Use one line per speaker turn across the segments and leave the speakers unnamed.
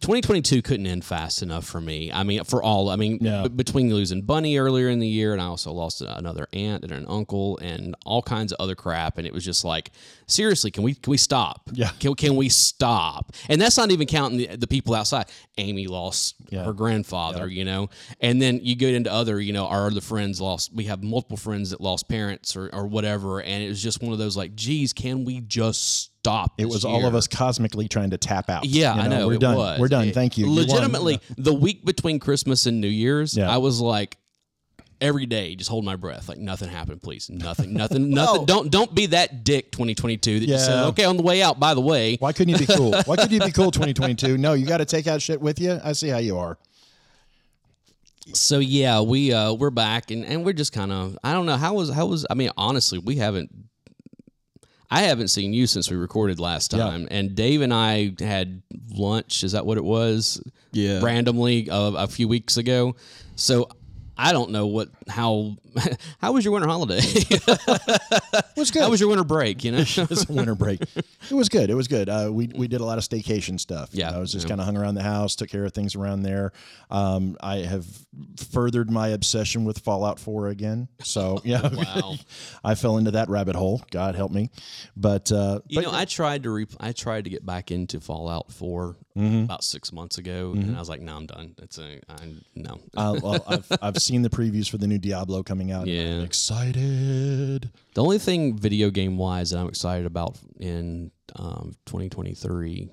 2022 couldn't end fast enough for me. I mean, for all I mean,
Yeah.
b- between losing Bunny earlier in the year, and I also lost uh, another aunt and an uncle, and all kinds of other crap, and it was just like, seriously, can we can we stop?
Yeah.
can, can we stop? And that's not even counting the, the people outside. Amy lost her grandfather, you know, and then you get into other, you know, our other friends lost. We have multiple friends that lost parents or, or whatever, and it was just one of those like, geez, can we just stop?
It
this
was all of
year?
us cosmically trying to tap out.
Yeah,
You
I know.
We're
it
done.
was.
We're done.
It-
Thank you. You won.
Legitimately, the week between Christmas and New Year's,
Yeah.
I was like every day just hold my breath like nothing happened please nothing nothing nothing don't don't be that dick 2022 that just says
Yeah.
okay on the way out by the way
Why couldn't you be cool? Why couldn't you be cool 2022? No, you got to take out shit with you. I see how you are.
So yeah, we uh we're back and and we're just kind of I don't know how was how was I mean honestly we haven't I haven't seen you since we recorded last time and Dave and I had lunch is that what it was
Yeah.
randomly uh, a few weeks ago so I don't know what how how was your winter holiday
What's
how
good?
was your winter break you know
It's a winter break. It was good. It was good. Uh, we we did a lot of staycation stuff. You
Yeah.
know, I was just kind of hung around the house, took care of things around there. Um, I have furthered my obsession with Fallout Four again. So yeah,
Wow.
I fell into that rabbit hole. God help me. But uh,
You know, I tried to re- I tried to get back into Fallout 4 about six months ago, and I was like, "No, I'm done. It's a I, no."
uh, well, I've I've seen the previews for the new Diablo coming out. and I'm
Yeah.
excited.
The only thing video game wise that I'm excited about in um, 2023,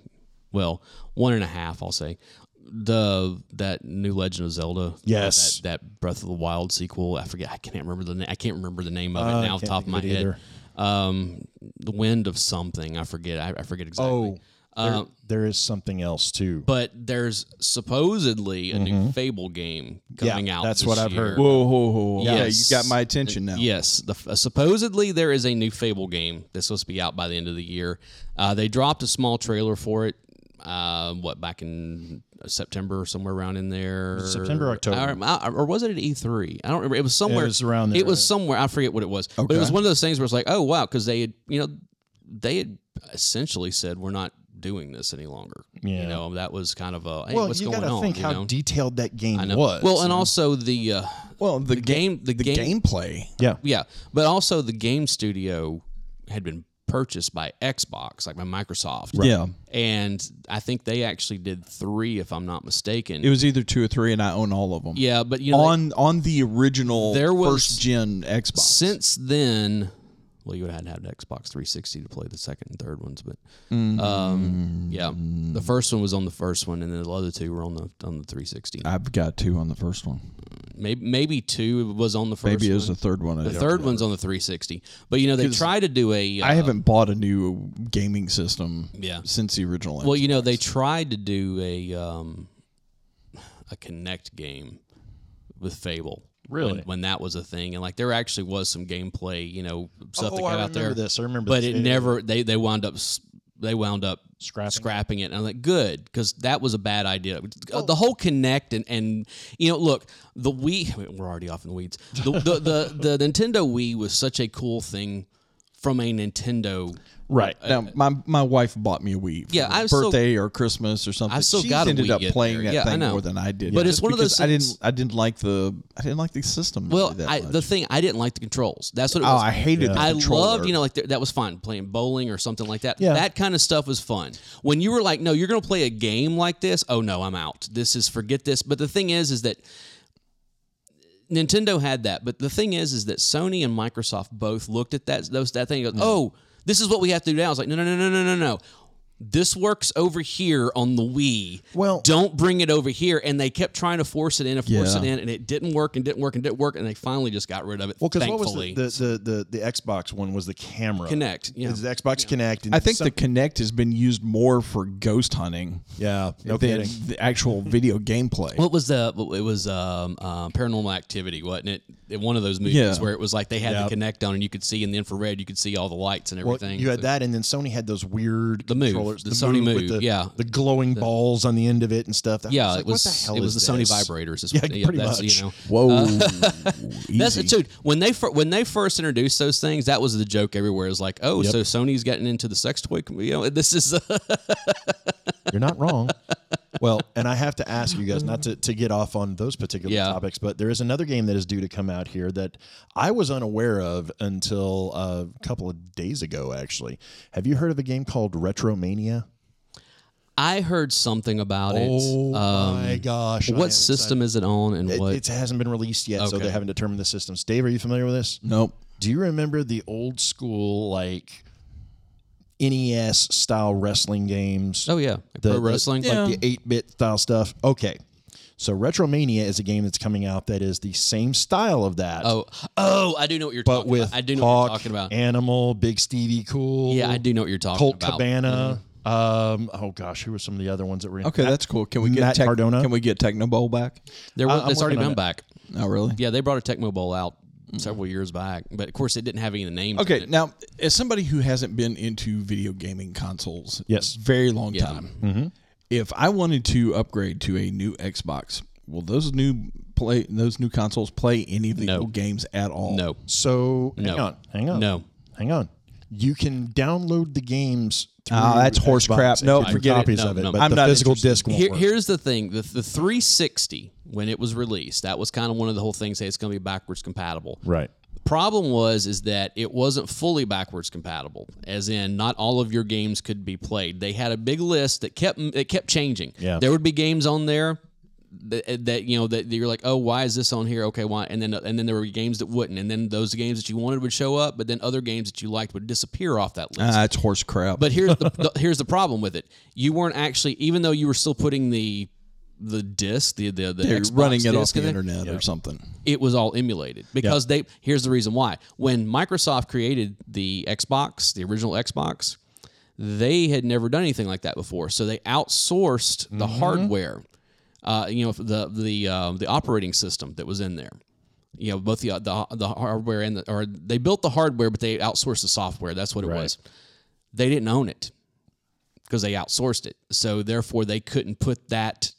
well, one and a half, I'll say, the that new Legend of Zelda, uh,
Yes.
that, that Breath of the Wild sequel. I forget, I can't remember the na- I can't remember the name of it
Uh, I
now off the
can't
top of
think
my
of it
head.
either.
Um, the Wind of something, I forget, I, I forget exactly.
Oh, there-
Uh,
there is something else too.
but there's supposedly a new Fable game
Mm-hmm. Yeah,
coming out.
that's
this
what I've
year.
heard.
Whoa, whoa, whoa! whoa.
Yes.
Yeah, you got my attention now.
Yes, the, uh, supposedly there is a new Fable game that's supposed to be out by the end of the year. Uh, they dropped a small trailer for it. Uh, what back in uh, September, somewhere around in there,
September, October.
or, or was it at E three? I don't remember. It was somewhere.
was around
It
there,
was
right.
somewhere. I forget what it was, but it was one of those things where it's like, oh wow, because they had, you know, they had essentially said we're not doing this any longer. You
Yeah.
know, that was kind of a hey,
well,
what's
you
going
gotta
on?
think
you
how
know?
detailed that game
I know.
was.
Well, and also the uh,
Well, the,
the game, the,
the
game,
gameplay.
yeah,
yeah, but also the game studio had been purchased by Xbox, like by Microsoft.
Yeah,
And I think they actually did three, if I'm not mistaken.
it was either two or three, and I own all of them.
yeah, but you know,
on on the original
There was-
first gen Xbox.
since then, well, you would have had to have an Xbox 360 to play the second and third ones, but
Mm-hmm.
um, yeah, the first one was on the first one, and then the other two were on the on the 360.
I've got two on the first one.
Maybe maybe two was on the first.
Maybe it
one.
was the third one. I
the
don't
third one's on the 360, but you know they tried to do a.
I haven't bought a new gaming system
Yeah.
since the original.
Well, you know, they tried to do a um, a Connect game with Fable. Really? When, when that was a thing, and like there actually was some gameplay, you know, stuff that got out there.
this. Oh, I remember
But
this.
it never. They they wound up. s- They wound up
Scrapping.
scrapping it. And I'm like, good, because that was a bad idea. Uh, The whole Connect and and you know, look, the Wii. We're already off in the weeds. The the the, the Nintendo Wii was such a cool thing from a Nintendo
right.
uh,
now my my wife bought me a Wii. For
Yeah, I've still-
birthday or Christmas or something.
I've still
She's
got a
ended
Wii
up
yet
playing
there.
that
Yeah, I
thing
know.
more than I did.
But it's
just
one of those
because I didn't
things-
I didn't like the I didn't like the system.
Well,
really that
I,
much.
the thing I didn't like the controls. That's what it
oh,
was.
I hated. The
I
controller.
loved, you know, like th- that was fun playing bowling or something like that.
Yeah.
That kind of stuff was fun. When you were like, no, you're going to play a game like this. Oh no, I'm out. This is forget this. But the thing is, is that Nintendo had that. But the thing is, is that Sony and Microsoft both looked at that those that thing. And goes, oh, this is what we have to do now. I was like, no, no, no, no, no, no, no. this works over here on the Wii.
Well-
don't bring it over here. And they kept trying to force it in and force
Yeah.
it in, and it didn't work and didn't work and didn't work. And they finally just got rid of it.
Well, because what was
thankfully,
the, the, the, the, the Xbox one was the camera.
Connect, yeah.
It's the Xbox Connect. And
I think
some-
the Kinect has been used more for ghost hunting
Yeah, no
than
kidding.
the actual video gameplay.
What was the? It was um, um, Paranormal Activity, wasn't it? It- One of those movies
Yeah.
where it was like they had
Yeah.
the connect on, and you could see in the infrared, you could see all the lights and
Well,
everything.
you had
So-
that, and then Sony had those weird
The Move,
controllers.
the Sony
with
Move,
the,
yeah.
the glowing balls on the end of it and stuff. That
Yeah,
was like,
it was.
what the hell
it was
is
the
this?
Sony vibrators. Is
Yeah,
what,
pretty
that's,
much.
You know,
Whoa,
That's
easy.
dude. When they fir- when they first introduced those things, that was the joke everywhere. Is like, oh, so Sony's gotten into the sex toy. com- You know, this is. Uh,
You're not wrong. well, and I have to ask you guys not to, to get off on those particular
Yeah.
topics, but there is another game that is due to come out here that I was unaware of until uh, a couple of days ago, actually. Have you heard of a game called Retromania?
I heard something about it. Um,
Oh my gosh. I am
what system is it on, and
excited.
what?
It, it hasn't been released yet, so
Okay.
they haven't determined the systems. Dave, are you familiar with this?
Nope.
Do you remember the old school, like NES style wrestling games?
oh yeah, like
the,
pro
the-
wrestling.
like the eight bit style stuff. Okay, so Retromania is a game that's coming out that is the same style of that,
Oh, oh, I do know what you're
but
talking
with
about. I do know
Hawk,
what you're talking about.
Animal, Big Stevie Cool,
yeah, I do know what you're talking
Colt
about. Mm-hmm.
Cabana. Um, oh gosh, who were some of the other ones that were in?
Okay, that's cool. Can we get
Matt
Tec-
Cardona?
Can we get Techno Bowl back?
There was,
I- I'm
it's already
working
been
on
back.
Not really.
Yeah, they brought a Tecmo Bowl out several years back, but of course it didn't have any of the names.
Okay,
in it.
now as somebody who hasn't been into video gaming consoles,
Yes. Mm-hmm.
a very long time. If I wanted to upgrade to a new Xbox, will those new play those new consoles play any of the
No.
old games at all?
no,
so hang
No.
on, hang on,
No.
hang on. You can download the games.
Ah,
through
that's horse
Xbox
crap.
and
No,
get
forget it.
copies
No,
of it,
no.
but
I'm
the
not
physical
interested.
disc won't
Here,
work.
here's the thing: the, the 360 when it was released, that was kind of one of the whole things. Hey, it's going to be backwards compatible.
right.
The problem was is that it wasn't fully backwards compatible, as in not all of your games could be played. They had a big list that kept it kept changing.
Yeah.
there would be games on there. That, that you know that you're like oh why is this on here okay why and then and then there were games that wouldn't and then those games that you wanted would show up but then other games that you liked would disappear off that list
Ah, it's horse crap.
but here's the, the here's the problem with it. You weren't actually, even though you were still putting the the disc, the the, the
they're
Xbox
running it off
disc
the
in there,
internet or something.
It was all emulated because they. Here's the reason why. When Microsoft created the Xbox, the original Xbox, they had never done anything like that before. So they outsourced the
Mm-hmm.
hardware. Uh, you know the the uh, the operating system that was in there. You know both the uh, the, the hardware and the, or they built the hardware, but they outsourced the software. That's what it was they didn't own it because they outsourced it. So therefore, they couldn't put that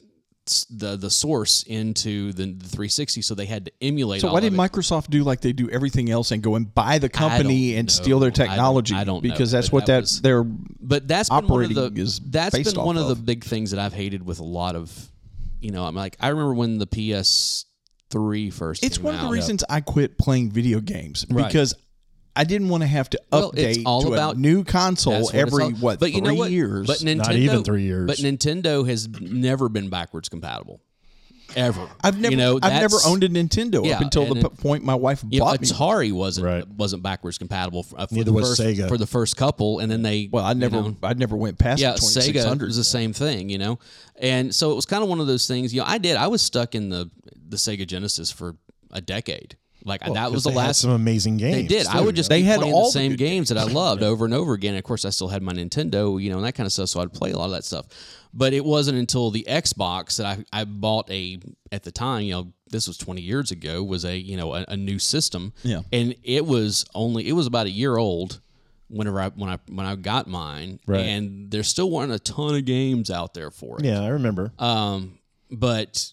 s- the the source into the, the 360. So they had to emulate.
So
all
why did
of it.
Microsoft do like they do everything else and go and buy the company
don't
and
know.
steal their
I don't-
technology?
I don't know,
because that's
but
what
that
that's
was-
their
But that's been one of the
operating is
that's
based
been
off
one of the
of.
big things that I've hated with a lot of you know. I'm like I remember when the PS3 first.
It's
came
one of the
out.
reasons I quit playing video games
Right.
because I didn't want to have to
Well,
update
it's all
to
about-
a new console
That's what it's
every
all-
what
but
three
you know what?
years.
But Nintendo,
even three years.
But Nintendo has never been backwards compatible, ever.
I've never
You know,
I've never
that's-
owned a Nintendo
Yeah,
up until the
and
p- point my wife
you know,
bought me.
Atari wasn't
Right.
wasn't backwards compatible. For, uh, for
Neither
the
was
first,
Sega.
for the first couple, and then they
Well, I
you
never
know,
I never went past
yeah,
the
Sega
2600.
was the same thing, you know, and so it was kind of one of those things. You know, I did. I was stuck in the the Sega Genesis for a decade. Like that was the
They had
last
some amazing games.
they did. I
too.
would just
They
keep
had
playing
all
the
the
same
good
games that I loved over and over again. Of course, I still had my Nintendo, you know, and that kind of stuff. So I'd play a lot of that stuff. But it wasn't until the Xbox that I, I bought a at the time, you know, this was 20 years ago, was a you know a, a new system.
Yeah.
and it was only it was about a year old. Whenever I when I when I got mine,
Right.
and there still weren't a ton of games out there for it.
Yeah, I remember.
Um, but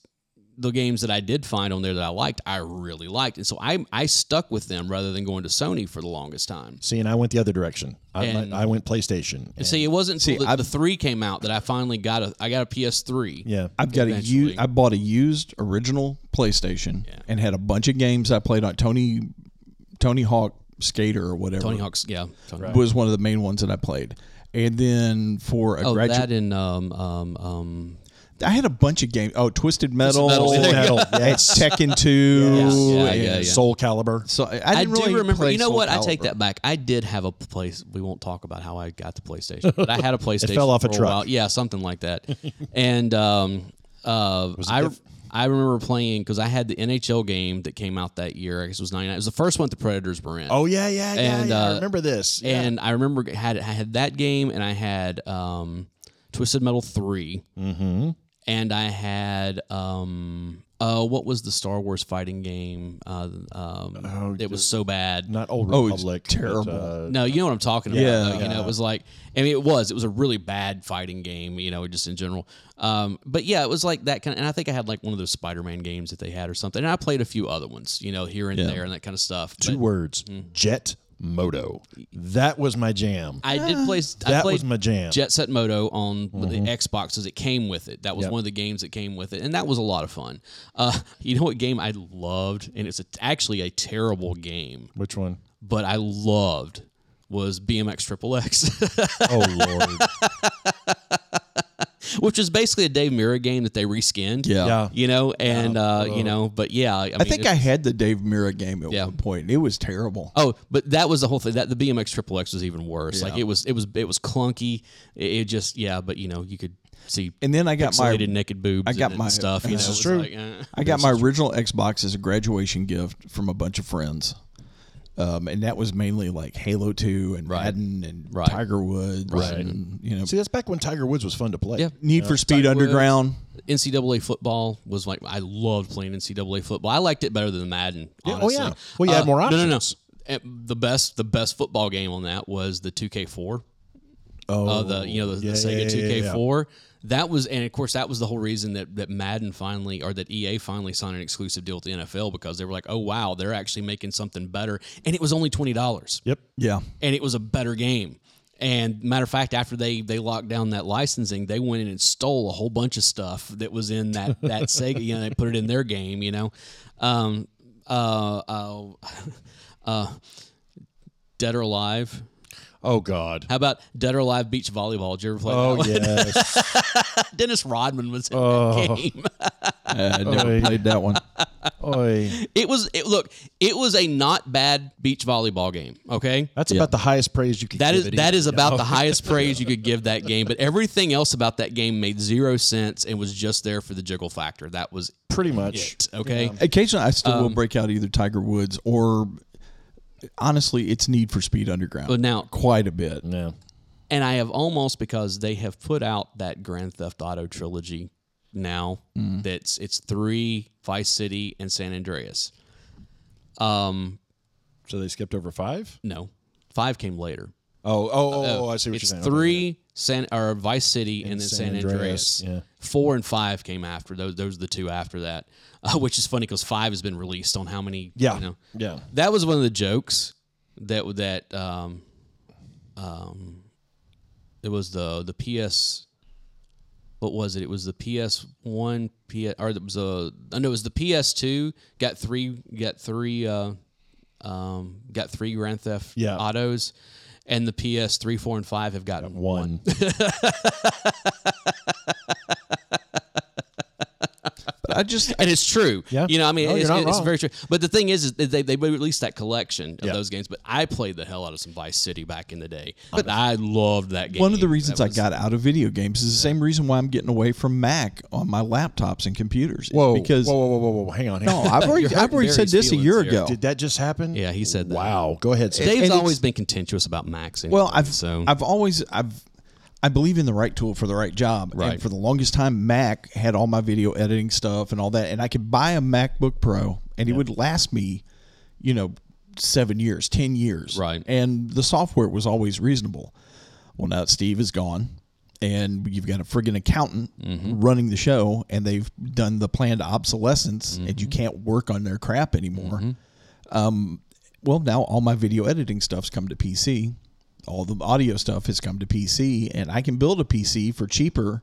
the games that I did find on there that I liked, I really liked, and so I I stuck with them rather than going to Sony for the longest time.
See, and I went the other direction. I,
And-
I went PlayStation. And,
See, it wasn't until the,
I've-
the three came out that I finally got a I got a PS3.
yeah,
I've got a
Eventually.
u- I bought a used original PlayStation and had a bunch of games I played on Tony Tony Hawk Skater or whatever.
Tony Hawk's, yeah, Tony Hawk.
was one of the main ones that I played. And then for a
Oh,
graduate
that and um um um
I had a bunch of games. Oh, Twisted Metal,
Metal,
Full
yeah.
metal,
and
yes.
Tekken Two.
Yeah, yeah,
and-
yeah, yeah.
Soul Caliber.
So I,
I,
didn't
do
really
remember.
play
You know
Soul
what? I take
Calibur.
that back. I did have a place. We won't talk about how I got the PlayStation, but I had a PlayStation.
fell off a
for
truck.
while. Yeah, something like that. and um, uh, I I remember playing because I had the NHL game that came out that year. I guess it was ninety nine. It was the first one the Predators were in.
Oh yeah, yeah, yeah.
And,
yeah. I
uh,
remember this. Yeah.
and I remember g- had I had that game, and I had um, Twisted Metal 3 mm-hmm. and I had um, uh, what was the Star Wars fighting game? Uh, um,
Oh,
it was so bad.
not Old
Oh, it's
Republic.
terrible.
uh,
no, you know what I'm talking about.
Yeah.
though, you know, it was like, I mean, it was, it was a really bad fighting game, you know, just in general. Um, but yeah, it was like that kind of, and I think I had like one of those Spider-Man games that they had or something. And I played a few other ones, you know, here and there and that kind of stuff.
two
But
words: Jet Moto. That was my
Mm-hmm.
jam.
I did play, I
that
played
was my jam.
Jet Set Moto on
Mm-hmm.
the Xboxes. It came with it. That was one of the games that came with it, and that was a lot of fun. Uh, you know what game I loved, and it's a, actually a terrible game,
Which one?
but I loved was BMX Triple X,
Oh Lord.
which is basically a Dave Mirra game that they reskinned.
Yeah.
yeah.
you know, and uh, you know, but yeah, I,
I
mean,
think
it-
I had the Dave Mira game at
Yeah.
one point. and It was terrible.
Oh, but that was the whole thing. That the BMX Triple X was even worse. Like it was, it was, it was clunky. It, it just, yeah. But you know, you could see
And then I got my
pixelated naked boobs.
I got
and,
my-
and stuff. You know,
This
it
is
was
true.
like, eh.
I got my original Xbox as a graduation gift from a bunch of friends. Um, and that was mainly like Halo 2 and Madden and
Right.
Tiger Woods and, you know,
See, that's back when Tiger Woods was fun to play.
Yeah.
Need for Speed Underground.
NCAA football was like I loved playing NCAA football. I liked it better than Madden.
oh,
Honestly. Uh,
yeah. Well, you had more
No, no, no.
options.
Eh, The best, the best football game on that was the 2K4.
Oh,
Uh, the you know the,
yeah,
the Sega
yeah, yeah, yeah, yeah.
2K4. That was and of course that was the whole reason that that Madden finally or that EA finally signed an exclusive deal with the NFL because they were like, oh wow, they're actually making something better, and it was only twenty dollars
Yep.
Yeah.
and it was a better game. And matter of fact, after they they locked down that licensing, they went in and stole a whole bunch of stuff that was in that that Sega. You know, they put it in their game. You know, um, uh, uh, uh, Dead or Alive.
Oh God.
How about Dead or Alive Beach Volleyball? Did you ever play that?
Oh
one?
yes.
Dennis Rodman was in that game.
Uh, I
Oh,
never
Oy.
played that one.
Oy.
It was it, look. It was a not bad beach volleyball game. Okay,
That's about the highest praise you can.
That
give
is
it
that
either.
is about the highest praise you could give that game, but everything else about that game made zero sense and was just there for the jiggle factor. That was
pretty much.
it. Okay,
Occasionally, I still
Um,
will break out either Tiger Woods or, honestly, it's Need for Speed Underground.
but now,
Quite a bit.
No.
and I have almost because they have put out that Grand Theft Auto trilogy now.
Mm.
That's it's three, Vice City, and San Andreas. Um,
So they skipped over five.
no, five came later.
Oh, oh, oh, oh I see what you're
Uh, It's
saying.
three San or Vice City and, then
San
San Andreas.
Andreas, yeah.
Four and five came after those. Those are the two after that, uh, which is funny because five has been released on how many?
Yeah.
you know.
Yeah.
that was one of the jokes that that um, um, it was the the PS. What was it? It was the PS one, PS or it was a no, it was the PS two. Got three, got three, uh, um, got three Grand Theft
Yeah.
Autos, and the PS three, four, and five have gotten one.
One.
But I just,
and it's true.
Yeah.
You know, I mean,
No,
it's,
you're not
it's
wrong.
very true. But the thing is, is that they, they released that collection of
Yeah.
those games, but I played the hell out of some Vice City back in the day. But I loved that game.
One of the
That
reasons I
was-
got out of video games is the same reason why I'm getting away from Mac on my laptops and computers. It's
Whoa.
because
whoa, whoa, whoa, whoa, whoa. Hang on. Hang
no,
on.
I've already,
You're
I've already
hurting
said this a
Barry's
year
feelings here.
ago.
Did that just happen?
Yeah, he said that.
Wow. Go ahead. Sam.
Dave's
and
always
it's-
been contentious about Max. Anyway,
Well, I've
so
I've always I've I believe in the right tool for the right job.
Right.
And for the longest time, Mac had all my video editing stuff and all that, and I could buy a MacBook Pro, and it would last me, you know, seven years, ten years.
Right.
And the software was always reasonable. Well, now Steve is gone, and you've got a friggin' accountant
Mm-hmm.
running the show, and they've done the planned obsolescence, and you
Mm-hmm.
can't work on their crap anymore Um, well now all my video editing stuff's come to pc all the audio stuff has come to pc and i can build a pc for cheaper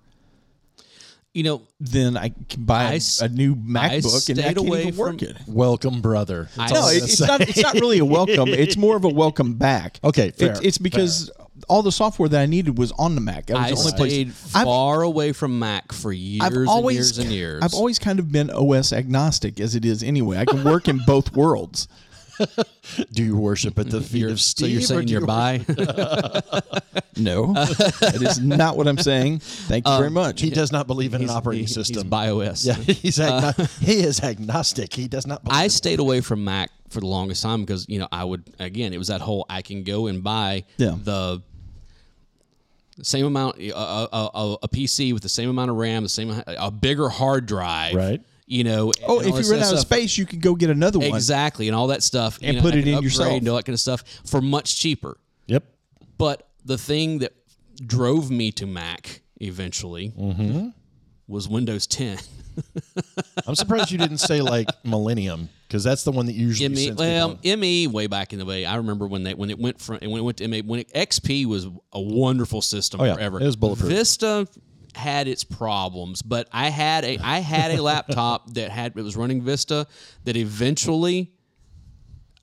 you know,
than i can buy
I
a
s-
new macbook
stayed
and i can't
away
even work
from-
it
Welcome, brother.
I
no
was
it,
gonna
it's not it's not really a welcome it's more of a welcome back
Okay, fair,
It- it's because all the software that I needed was on the Mac. That was
I
the only
stayed
place. I've-
far away from Mac for years and years and years.
I've always kind of been OS agnostic as it is anyway. I can work in both worlds.
Do you worship at the feet
You're-
of
so
Steve?
you're
or
saying
do
you're
you-
bi?
No, that is not what I'm saying. Thank you
Um,
very much.
He does not believe in an operating
He's- He's
system.
BioS.
yeah, he's agno- he is agnostic. He does not believe.
I stayed away from Mac for the longest time because you know I would again it was that whole I can go and buy
Yeah.
the same amount a, a, a, a PC with the same amount of RAM, the same a bigger hard drive,
Right.
You know.
oh,
and all
if
this
you run out
stuff.
of space, you can go get another one.
exactly, and all that stuff, you
And
know,
put
I
it
could
in
upgrade
yourself.
and all that kind of stuff for much cheaper.
yep.
But the thing that drove me to Mac eventually
Mm-hmm.
was Windows 10.
I'm surprised you didn't say like Millennium because that's the one that usually.
ME,
sends people
well, ME way back in the day. I remember when they when it went from when it went to ME when it, XP was a wonderful system
Oh, yeah.
forever.
It was bulletproof.
Vista had its problems, but I had a I had a laptop that had it was running Vista that eventually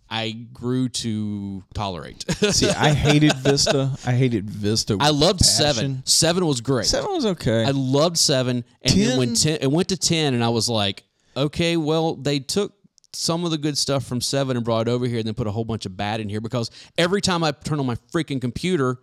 I grew to tolerate.
See, I hated Vista. I hated Vista.
I
with
loved
passion.
seven. Seven was great.
Seven was okay.
I loved seven, and then when ten, it went to ten, and I was like, okay, well, they took some of the good stuff from seven and brought it over here, and then put a whole bunch of bad in here because every time I turn on my freaking computer,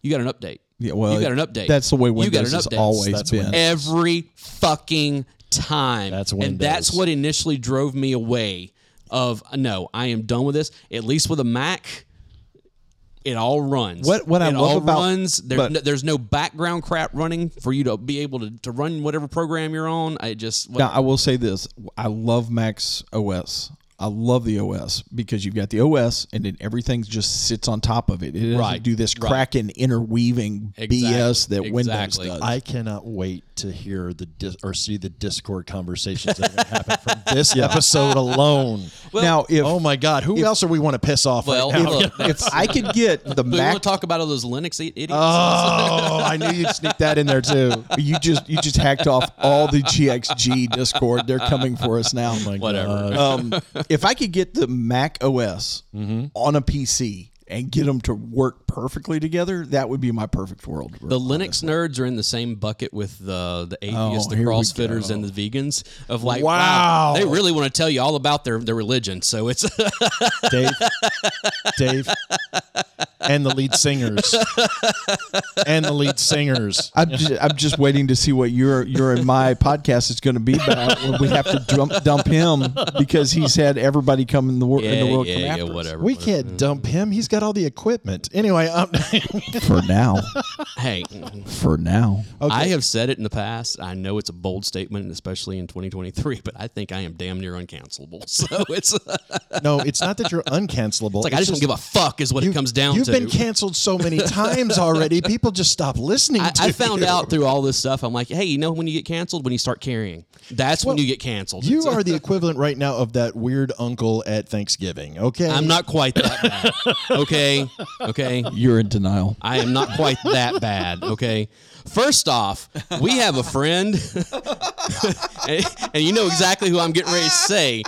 you got an update.
yeah, well,
you got an update.
That's the way
You got
Windows
an
has
update.
always
That's
been.
Windows.
every fucking time.
That's
and that's
Windows.
what initially drove me away. Of no, I am done with this. At least with a Mac. It all runs.
What- what I
it
love
all
about-
runs. There,
but-
no, there's no background crap running for you to be able to, to run whatever program you're on. I just
Now, I will say this: I love Mac's OS. I love the OS because you've got the OS, and then everything just sits on top of it. It doesn't
Right,
do this
right.
cracking, interweaving BS that
exactly.
Windows does.
I cannot wait to hear the dis- or see the Discord conversations that are going to happen from this episode alone.
now, if
oh my God, who else are we want to piss off?
well,
right now?
look,
if I could get the
we
Mac,
want to talk about all those Linux i- idiots.
oh, I knew you'd sneak that in there too.
you just you just hacked off all the GXG Discord. They're coming for us
Oh
now.
Whatever.
um, if I could get the Mac OS on a PC and get them to work perfectly together, that would be my perfect world.
the Linux nerds are in the same bucket with the the atheists, the
here we
CrossFitters, and the vegans. Of like,
Wow.
they really want to tell you all about their their religion. So it's
Dave, Dave, and the lead singers, and the lead singers.
I'm just, I'm just waiting to see what your your and my podcast is going to be about when we have to dump, dump him because he's had everybody come in the, wor- in the world come after us.
whatever.
We can't dump him. He's got all the equipment. Anyway, um,
For now,
Hey,
for now,
I have said it in the past. I know it's a bold statement, especially in 2023, but I think I am damn near uncancelable. So it's, it's like
no, it's not that you're uncancelable.
I just don't give a fuck, is what it comes down
You've
to.
been canceled so many times already. People just stop listening.
I,
to
I found
you.
out through all this stuff. I'm like, hey, you know when you get canceled? When you start carrying. That's when
Well,
you get canceled.
You
It's-
are the equivalent right now of that weird uncle at Thanksgiving. Okay,
I'm not quite that bad. Okay. Okay.
you're in denial.
I am not quite that bad. Okay. First off, we have a friend, and, and you know exactly who I'm getting ready to say,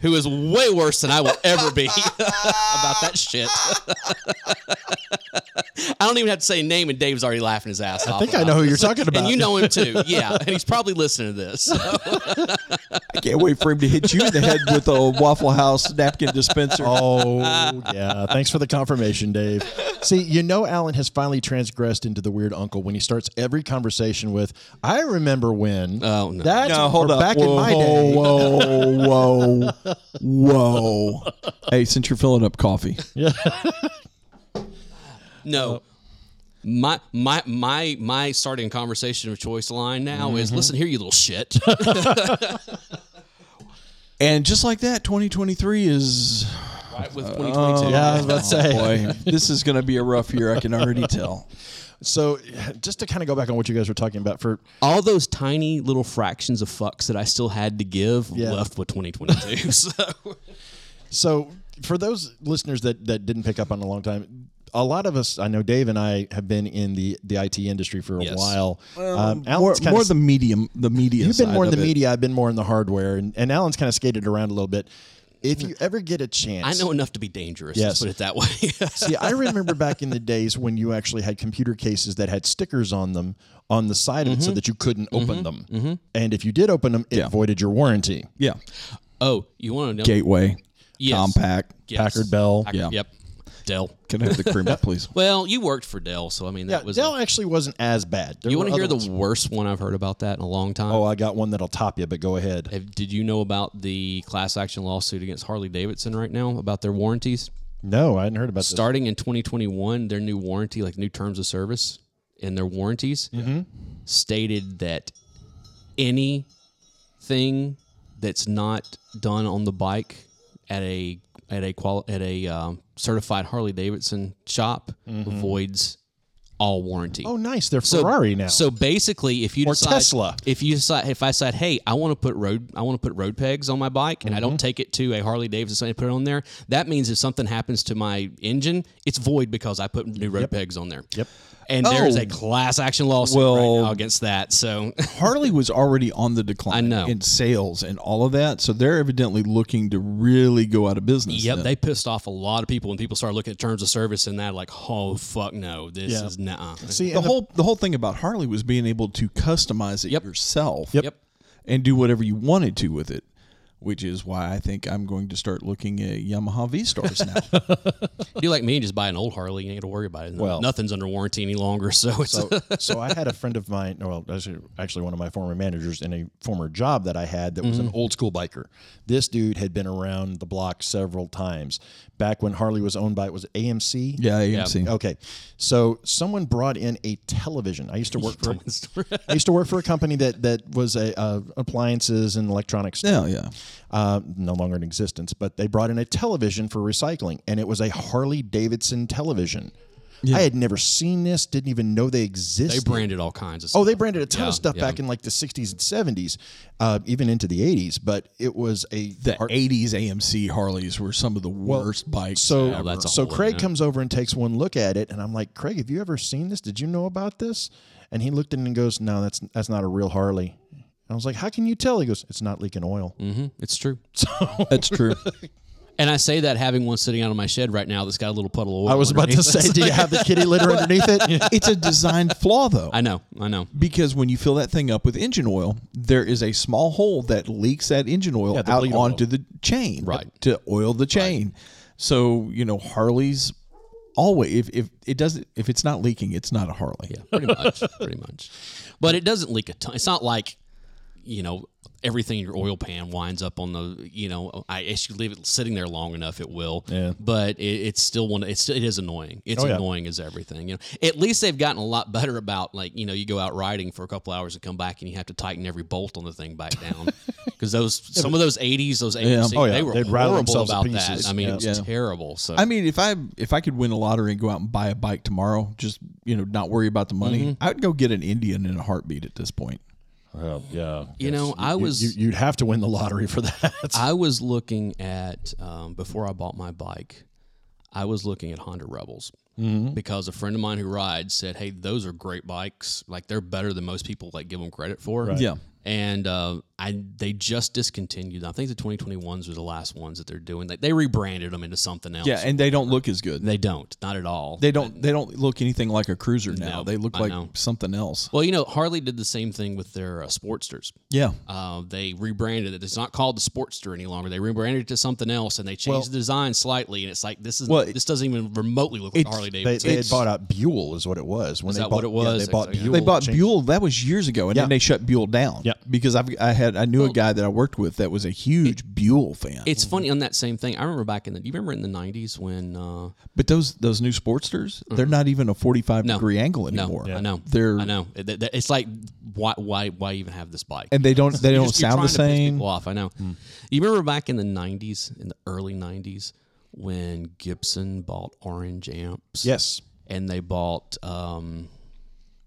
who is way worse than I will ever be about that shit. I don't even have to say a name, and Dave's already laughing his ass off.
I think I
about
know who
this.
you're talking about.
And you know him too, yeah. And he's probably listening to this.
I can't wait for him to hit you in the head with a Waffle House napkin dispenser.
Oh yeah. Thanks for the confirmation, Dave. See, you know Alan has finally transgressed into the weird uncle when he starts every conversation with "I remember when."
Oh, no.
That's
No, hold
or
up.
Back
whoa,
in my day.
whoa, whoa, whoa, whoa. Hey, since you're filling up coffee,
No. My my my my starting conversation of choice line now is
Mm-hmm.
listen here you little shit.
and just like that, 2023 is
right with 2022.
Yeah, I was about to say.
Oh, boy, this is going to be a rough year. I can already tell.
So, just to kind of go back on what you guys were talking about for
all those tiny little fractions of fucks that I still had to give
Yeah.
left with 2022. so
So, for those listeners that that didn't pick up on a long time, a lot of us, I know Dave and I have been in the the IT industry for a
Yes.
while. Um,
more,
Alan's kinda
more
s-
the medium, the media.
you've been
side
more in
of
the
it.
media. I've been more in the hardware, and, and Alan's kind of skated around a little bit. if you ever get a chance,
I know enough to be dangerous.
Yes.
Let's put it that way.
See, I remember back in the days when you actually had computer cases that had stickers on them on the side of it
Mm-hmm.
so that you couldn't open them. And if you did open them, it voided your warranty.
Yeah.
oh, you want to know?
Gateway.
Yes.
Compact.
Yes.
Packard Bell.
I-
yeah.
Yep. Dell.
Can I have the cream, please?
Well, you worked for Dell, so I mean that
Yeah,
was.
Dell actually wasn't as bad. There
you
were
want to hear
other
the
ones.
worst one I've heard about that in a long time?
Oh, I got one that'll top you, but go ahead.
Have- Did you know about the class action lawsuit against Harley Davidson right now about their warranties?
No, I hadn't heard about this.
Starting in 2021, their new warranty, like new terms of service and their warranties, stated that anything that's not done on the bike at a at a quali- at a um, certified Harley Davidson shop voids all warranty.
Oh, nice. They're Ferrari now.
So basically, if you
Or
decide,
Tesla.
if you decide, if I said, hey, I want to put road, I want to put road pegs on my bike, and I
Mm-hmm.
don't take it to a Harley Davidson and put it on there, that means if something happens to my engine, it's void because I put new road pegs on there. Yep. And there
Oh.
is a class action lawsuit right
Well-
now against that. So
Harley was already on the decline
I know.
in sales and all of that. So they're evidently looking to really go out of business.
yep,
then.
they pissed off a lot of people when people started looking at terms of service and that, like, oh fuck no, this is nah.
See,
the
and the-
whole the whole thing about Harley was being able to customize it yourself.
Yep.
And do whatever you wanted to with it, which is why I think I'm going to start looking at Yamaha V Stars now.
you like me and just buy an old Harley, you ain't got to worry about it.
Well-
nothing's under warranty any longer, so it's
so, so I had a friend of mine, well, actually- actually one of my former managers in a former job that I had that
Mm-hmm.
was an old school biker. This dude had been around the block several times. Back when Harley was owned by it was AMC.
yeah, AMC.
Okay. So someone brought in a television. I used to work for I used to work for a company that that was a uh, appliances and electronics
Yeah, yeah.
uh, no longer in existence, but they brought in a television for recycling, and it was a Harley Davidson television. I had never seen this, didn't even know they
they
existed.
branded all kinds of stuff.
Oh, they branded a ton
Yeah,
of stuff
yeah.
back in like the 60s and 70s, uh, even into the 80s, but it was a.
The
Har-
80s AMC Harleys were some of the worst bikes.
so
Yeah, that's a
so
whole
Craig
other-
comes over and takes one look at it, and I'm like, Craig, have you ever seen this? Did you know about this? And he looked at it and goes, No, that's that's not a real Harley. And I was like, How can you tell? He goes, It's not leaking oil.
hmm It's true.
that's true.
And I say that having one sitting out of my shed right now that's got a little puddle of oil.
I was about to
underneath it.
say, Do you have the kitty litter underneath it?
it's a design flaw though.
I know, I know.
because when you fill that thing up with engine oil, there is a small hole that leaks that engine oil
the
out
bleed oil.
onto the chain,
Right.
To oil the chain. So you know Harley's always if, if it doesn't if it's not leaking, it's not a Harley.
Yeah, pretty much, pretty much. But it doesn't leak a ton. It's not like, you know, everything in your oil pan winds up on the, you know, I if you leave it sitting there long enough, it will.
Yeah.
But it, it's still one. It's it is annoying. It's
Oh, yeah.
annoying as everything. You know, at least they've gotten a lot better about like you know you go out riding for a couple hours and come back and you have to tighten every bolt on the thing back down because those some of those 80s those 80s
Oh, yeah.
they were
They'd rattle
horrible
themselves to
about
pieces.
that. I mean,
Yeah.
it was
Yeah.
terrible. So
I mean, if I if I could win a lottery and go out and buy a bike tomorrow, just you know, not worry about the money, I would go get an Indian in a heartbeat at this point.
Well, Um, yeah.
You know, I was-
You, would have to win the lottery for that.
I was looking at um, before I bought my bike. I was looking at Honda Rebels because a friend of mine who rides said, "Hey, those are great bikes. Like they're better than most people like give them credit for."
Yeah.
And uh, I they just discontinued. I think the 2021s were the last ones that they're doing. Like they rebranded them into something else.
Yeah, and they don't look as good.
they don't. Not at all.
They don't they don't look anything like a cruiser now.
No,
they look
I
like
know.
something else.
well, you know, Harley did the same thing with their uh, Sportsters.
Yeah.
Uh, they rebranded it. It's not called the Sportster any longer. They rebranded it to something else, and they changed the design slightly. And it's like this is
Well,
this doesn't even remotely look like
it's-
Harley
They,
Davidson.
they had bought out Buell, is what it was. When
Is
they
that what
bought,
it
yeah,
was?
they bought
Exactly.
Buell.
They bought
changed-
Buell. That was years ago, and
Yeah.
then they shut Buell down.
Yeah.
because I've I had I knew a guy that I worked with that was a huge Buell fan.
It's funny on that same thing. I remember back in the. You remember in the nineties when? Uh,
but those those new Sportsters, they're not even a forty five degree angle
Mm-hmm. no,
anymore.
oh, I know.
They're
I know. It- that- It's like why why why even have this bike?
and they don't they
You're
don't
just- you're
sound the
trying to piss
same.
people off. I know. You remember back in the nineties, in the early nineties, when Gibson bought Orange Amps.
Yes.
And they bought. Um,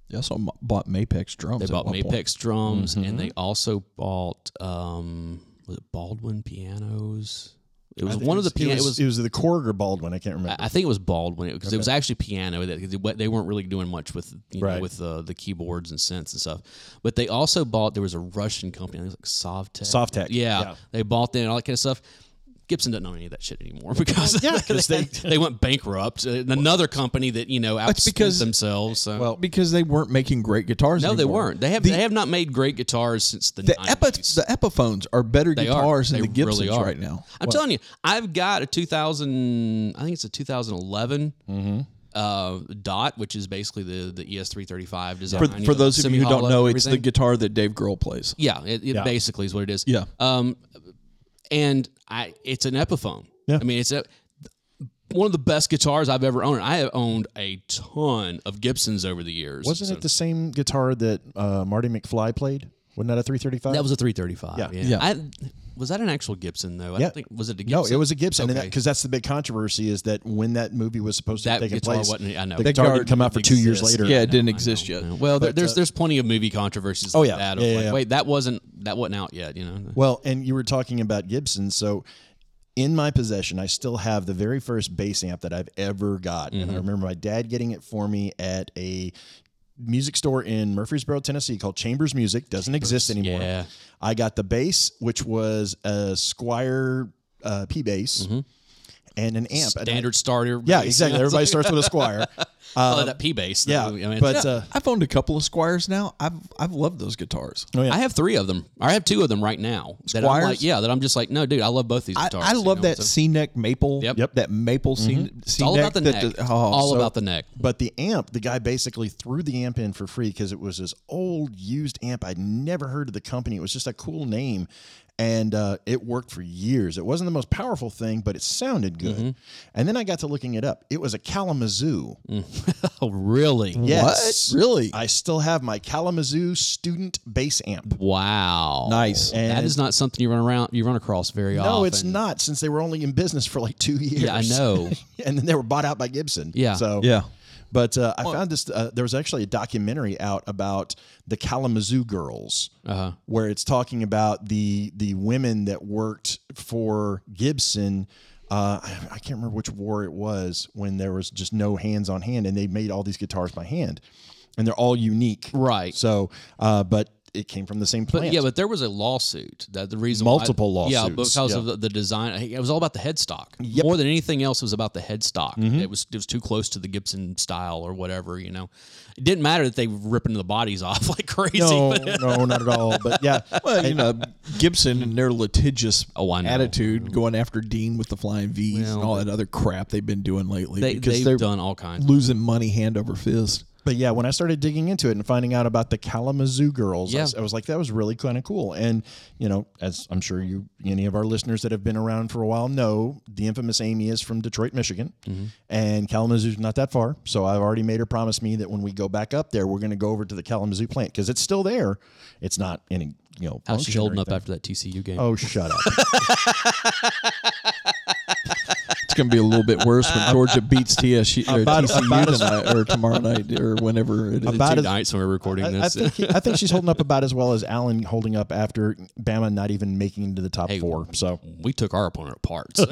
They also m- bought Mapex drums.
They
at
bought
one point. Mm-hmm.
Mapex drums, and they also bought um, was it Baldwin pianos? It was one of the
It
pianos.
was, it was the Korg or Baldwin. I can't remember.
I I think it was Baldwin because it was actually piano. That 'cause they- they weren't really doing much with you know,
Right.
with uh, the the keyboards and synths and stuff. But they also bought there was a Russian company, I think it was like Sovtech.
Sovtech,
Yeah,
yeah.
they bought them and all that kind of stuff. Gibson doesn't own any of that shit anymore because
yeah, 'cause
they,
they-
they went bankrupt. Uh, Another company that you know outspent
because-
themselves. So.
Well, because they weren't making great guitars.
no, they
anymore.
weren't. They have
the,
they have not made great guitars since the,
the,
90s.
epi- the Epiphones are better
They are.
guitars
They
than the Gibsons
really are.
right now.
I'm telling you, I've got a 2000. I think it's a 2011
Mm-hmm.
uh, dot, which is basically the the E ES335 design.
For,
you
for
know,
those of you who don't
semi-hollow
know,
and
it's the
everything.
guitar that Dave Grohl plays.
yeah. It, it
Yeah.
basically is what it is.
Yeah.
Um, and I, it's an Epiphone.
Yeah.
I mean, it's a one of the best guitars I've ever owned. I have owned a ton of Gibsons over the years.
Wasn't
So-
it the same guitar that uh, Marty McFly played? Wasn't that a 335?
That was a 335. Yeah.
Yeah.
Yeah.
I, was that an actual Gibson though? I
Yeah.
don't think was it a
no,
Gibson?
it was a Gibson,
Okay.
because that's the big controversy is that when that movie was supposed to
That
take
guitar
place,
wasn't- I know.
the
That
guitar
guitar
didn't come out for
didn't
two years
exist.
later.
Yeah, it didn't exist yet.
Well, there, there's there's plenty of movie controversies.
Oh,
like
yeah.
that of
Yeah,
like,
yeah, yeah.
wait, that wasn't that wasn't out yet. You know,
Well, and you were talking about Gibson, so in my possession, I still have the very first bass amp that I've ever got,
Mm-hmm.
and I remember my dad getting it for me at a music store in Murfreesboro, Tennessee, called Chambers Music. Doesn't exist anymore.
yeah.
I got the bass, which was a Squire uh, P bass, and an amp. And I-
Mm-hmm. standard starter.
uh, yeah,
bass,
exactly.
you know, it's
Everybody starts with a Squire.
like, oh, that P bass.
Yeah,
I mean,
but
it's-
uh,
I've owned a couple of Squires now. I've I've loved those guitars.
oh, yeah.
I have three of them. Or I have two of them right now. That I'm
Squires?
like, yeah, that I'm just like, no, dude, I love both these
I,
guitars.
I
you
love
know,
that
so-
C neck maple.
Yep.
That maple C
Mm-hmm.
It's all about the neck. all
oh, so
about the neck.
But the amp, the guy basically threw the amp in for free because it was this old used amp. I'd never heard of the company. It was just a cool name. And uh, it worked for years. It wasn't the most powerful thing, but it sounded good.
Mm-hmm.
And then I got to looking it up. It was a Kalamazoo.
Oh, really?
Yes.
What? Really?
I still have my Kalamazoo student bass amp.
Wow.
nice.
And
That is not something you run around, you run across very often.
no, it's not since they were only in business for like two years.
Yeah, I know.
and then they were bought out by Gibson.
Yeah.
So
Yeah.
But uh, I found this. Uh, there was actually a documentary out about the Kalamazoo girls,
Uh-huh.
where it's talking about the the women that worked for Gibson. Uh, I, I can't remember which war it was when there was just no hands on hand, and they made all these guitars by hand, and they're all unique.
Right.
So, uh, but it came from the same
But
plant.
yeah, but there was a lawsuit. That the reason
Multiple
why, yeah,
lawsuits,
because of the, the design. I think It was all about the headstock. More than anything else, it was about the headstock.
Mm-hmm.
It was it was too close to the Gibson style or whatever. You know, it didn't matter that they were ripping the bodies off like crazy.
no,
but
no, not at all. But yeah,
Well, you know, uh, Gibson and their litigious
Oh, I know.
attitude going after Dean with the flying V's and all that other crap they've been doing lately
they,
because
they've
they're
done all kinds.
losing money hand over fist.
But yeah, when I started digging into it and finding out about the Kalamazoo girls, I
Yeah.
s- I, was like, that was really kind of cool. And you know, as I'm sure you, any of our listeners that have been around for a while know, the infamous Amy is from Detroit, Michigan,
Mm-hmm.
and Kalamazoo's not that far. So I've already made her promise me that when we go back up there, we're going to go over to the Kalamazoo plant because it's still there. It's not any, you know,
How's she
function or
holding up after
anything.
that TCU game?
Oh, shut up!
It's going to be a little bit worse when Georgia beats TSU or
About-
TCU
about as-
tonight or tomorrow night or whenever it is.
Two
about as-
nights when we're recording
I, I
this.
think he- I think she's holding up about as well as Allen holding up after Bama not even making it to the top four. So
we took our opponent apart. so-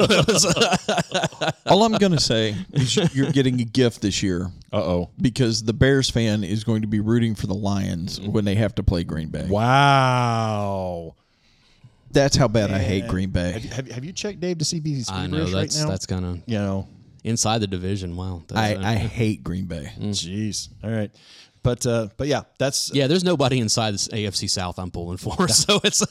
All I'm going to say is you're getting a gift this year.
oh.
because the Bears fan is going to be rooting for the Lions
Mm-hmm.
when they have to play Green Bay.
Wow.
That's how bad I hate Green Bay.
Have, have you checked Dave to see if he's
I
feverish
know
right
that's
now?
that's kind of
you know,
inside the division. Wow.
I,
That's, uh,
I hate Green Bay.
Mm.
jeez. All right, but uh, but yeah, that's
yeah, there's nobody inside this AFC South I'm pulling for. So it's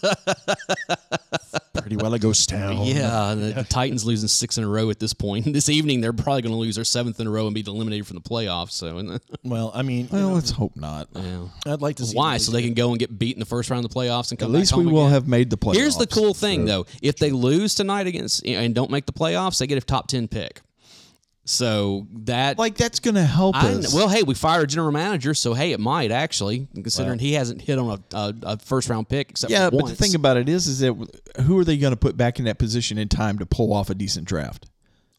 pretty well a ghost town.
Yeah, the, the Titans losing six in a row at this point. This evening, they're probably going to lose their seventh in a row and be eliminated from the playoffs. So, and, uh,
Well, I mean,
Well, let's hope not.
yeah.
I'd like to see
why? So they can go and get beat in the first round of the playoffs and
At
come.
least
back
we
home
will
again?
have made the playoffs.
Here's the cool thing, though: if they lose tonight against and don't make the playoffs, they get a top ten pick. So that,
Like that's going to help
I, kn-
us.
well, hey, we fired a general manager, so hey, it might actually, considering he hasn't hit on a, a, a first round pick except
yeah,
for
but
once.
the thing about it is, is that who are they going to put back in that position in time to pull off a decent draft?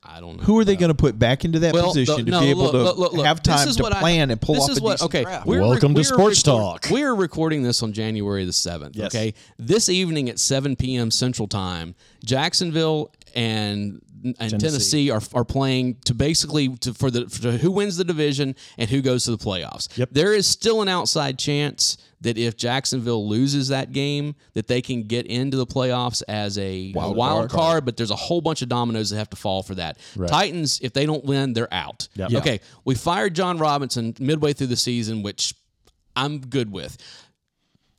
I don't know.
Who are they going to put back into that
Well, the-
position to
no,
be able
look,
to
look, look, look.
have
This
time
is
to
what I-
plan and pull
this
off
is
a
what,
decent
okay,
draft?
we're rec-
Welcome to
we're
Sports
record-
Talk.
We're recording this on January the 7th,
Yes.
okay? This evening at 7 p.m. Central Time, Jacksonville and and Tennessee, are, are playing to basically to, for the for who wins the division and who goes to the playoffs.
Yep.
There is still an outside chance that if Jacksonville loses that game, that they can get into the playoffs as a wild, card. But there's a whole bunch of dominoes that have to fall for that. Titans, if they don't win, they're out.
Yep.
Yeah.
Okay, we fired John Robinson midway through the season, which I'm good with.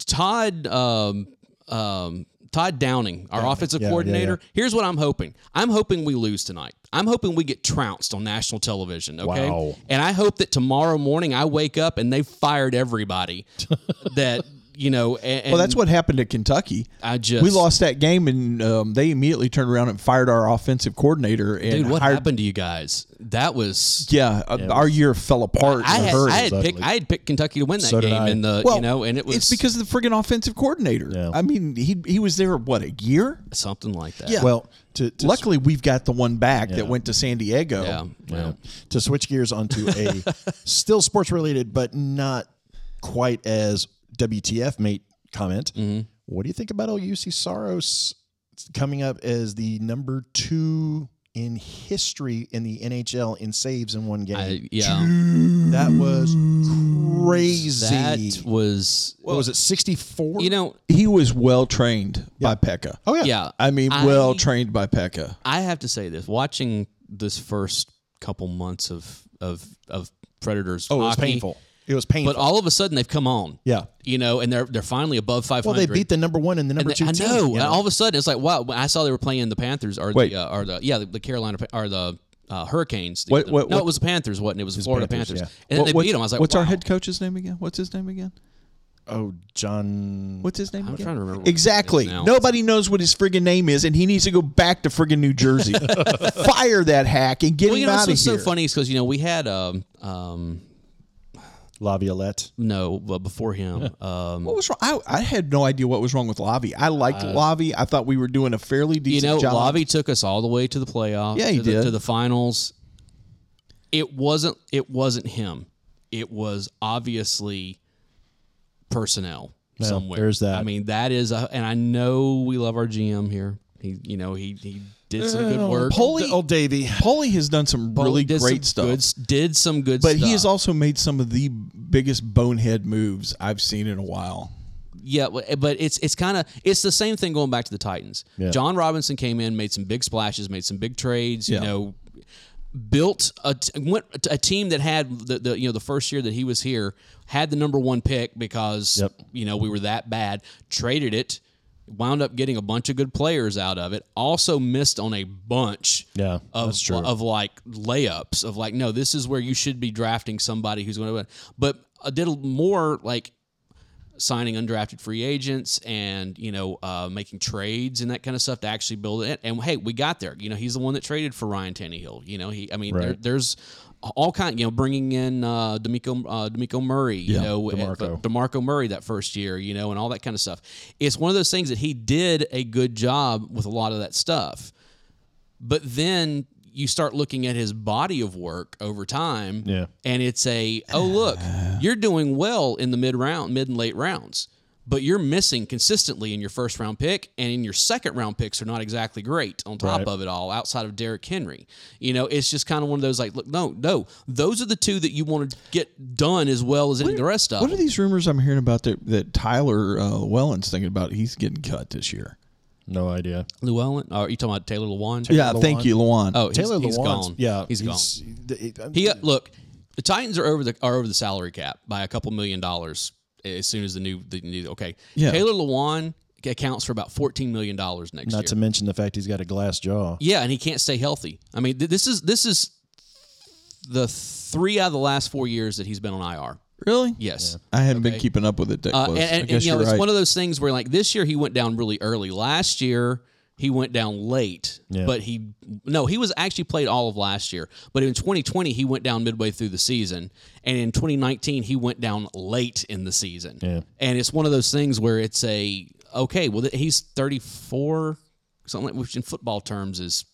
Todd um, um, Todd Downing, our offensive
Yeah, yeah,
coordinator. Here's what I'm hoping. I'm hoping we lose tonight. I'm hoping we get trounced on national television. Okay,
Wow.
and I hope that tomorrow morning I wake up and they fired everybody. that you know, and,
Well, that's what happened to Kentucky.
I just-
we lost that game, and um, they immediately turned around and fired our offensive coordinator. And
Dude, what
hired,
happened to you guys? That was
Yeah, uh, our year fell apart.
I
in a
had,
hurry.
I had
ugly.
picked I had picked Kentucky to win that
So did
game
I.
in the
well,
you know, and it was
it's because of the friggin' offensive coordinator.
Yeah.
I mean, he he was there what a year.
something like that.
Yeah.
Well, to, to
Luckily, we've got the one back
Yeah.
that went to San Diego.
yeah, yeah.
to switch gears onto a still sports related, but not quite as WTF mate comment.
Mm-hmm.
What do you think about OUC Soros coming up as the number two in history in the NHL in saves in one game?
I, yeah.
that was crazy.
Mm, That was
what was it, 64?
you know
He was well trained by Pekka.
oh, yeah.
yeah.
I mean, well trained by Pekka.
I have to say this: watching this first couple months of of of Predators,
Oh, it was
hockey,
painful. It was painful.
But all of a sudden, they've come on.
Yeah.
you know, and they're they're finally above five
well,
hundred.
they beat the number one and the number two
I
team.
know.
you
And all of a sudden, it's like wow! When I saw they were playing the Panthers or
Wait.
the uh, or the yeah the, the Carolina Pa- or the uh, Hurricanes. The
What-
other-
what-
no,
what-
it was the Panthers, wasn't it? It was Florida
Panthers,
Panthers,
yeah.
and then they
What-
beat them. I was like,
what's our
wow.
head coach's name again? What's his name again?
Oh, John.
What's his name
I'm
again?
trying to remember what his
Exactly.
name is now.
Nobody knows what his friggin' name is, and he needs to go back to friggin' New Jersey. Fire that hack and get
Well,
him
you know, that's
out of
what's so
here.
funny is because you know we had um um
Laviolette.
no but before him um
What was wrong? I, I had no idea what was wrong with Lavi. I liked Lavi. I thought we were doing a fairly
you
decent
know,
job.
Lavi took us all the way to the playoffs.
Yeah, he
to the,
did.
to the finals. It wasn't. It wasn't him. It was obviously personnel somewhere.
there's that.
I mean, that is. A, and I know we love our GM here. He, you know, he he did some good work.
Poli-
Old Davy.
Paulie has done some really
did some
great stuff.
good s- did some good,
but
stuff.
he has also made some of the biggest bonehead moves I've seen in a while.
Yeah, but but it's it's kind of it's the same thing going back to the Titans.
Yeah.
John Robinson came in, made some big splashes, made some big trades.
Yeah.
You know, built a t- went a team that had the, the you know the first year that he was here had the number one pick because
Yep.
you know we were that bad. Traded it, wound up getting a bunch of good players out of it. Also missed on a bunch.
Yeah,
of
that's true.
of like layups of like no, this is where you should be drafting somebody who's going to win. But I did more like signing undrafted free agents and you know uh, making trades and that kind of stuff to actually build it. And hey, we got there. You know, he's the one that traded for Ryan Tannehill. You know, he. I mean, there,
Right.
there's all kind. You know, bringing in uh, D'Amico uh, D'Amico Murray. you know,
DeMarco.
uh, DeMarco Murray that first year. You know, and all that kind of stuff. It's one of those things that he did a good job with a lot of that stuff. But then you start looking at his body of work over time.
Yeah.
And it's a, oh, look, you're doing well in the mid round, mid and late rounds, but you're missing consistently in your first round pick and in your second round picks are not exactly great on top
Right.
of it all outside of Derrick Henry. You know, it's just kind of one of those like, look, no, no, those are the two that you want to get done as well as any of the rest of
What are
them.
these rumors I'm hearing about that, that Tyler uh, Wellens thinking about? He's getting cut this year.
No idea.
Llewellyn, or are you talking about Taylor Lewan?
yeah, thank you, Lawan.
Oh, he's,
Taylor
he's
Lewan's-
gone.
Yeah,
he's gone.
th- it-
He uh, look, the Titans are over the are over the salary cap by a couple million dollars as soon as the new the new okay.
Yeah.
Taylor Lewan accounts for about fourteen million dollars next
not
year.
to mention the fact he's got a glass jaw.
yeah, and he can't stay healthy. I mean, th- this is this is the three out of the last four years that he's been on IR.
really?
Yes.
I hadn't been keeping up with it that
Uh,
close.
and, and-
I
and,
guess
you know,
you're
it's
right.
one of those things where like this year he went down really early. Last year he went down late,
Yeah.
but he no, he was actually played all of last year. But in 2020 he went down midway through the season, and in 2019 he went down late in the season.
Yeah.
And it's one of those things where it's a okay, well th- he's 34 something like, which in football terms is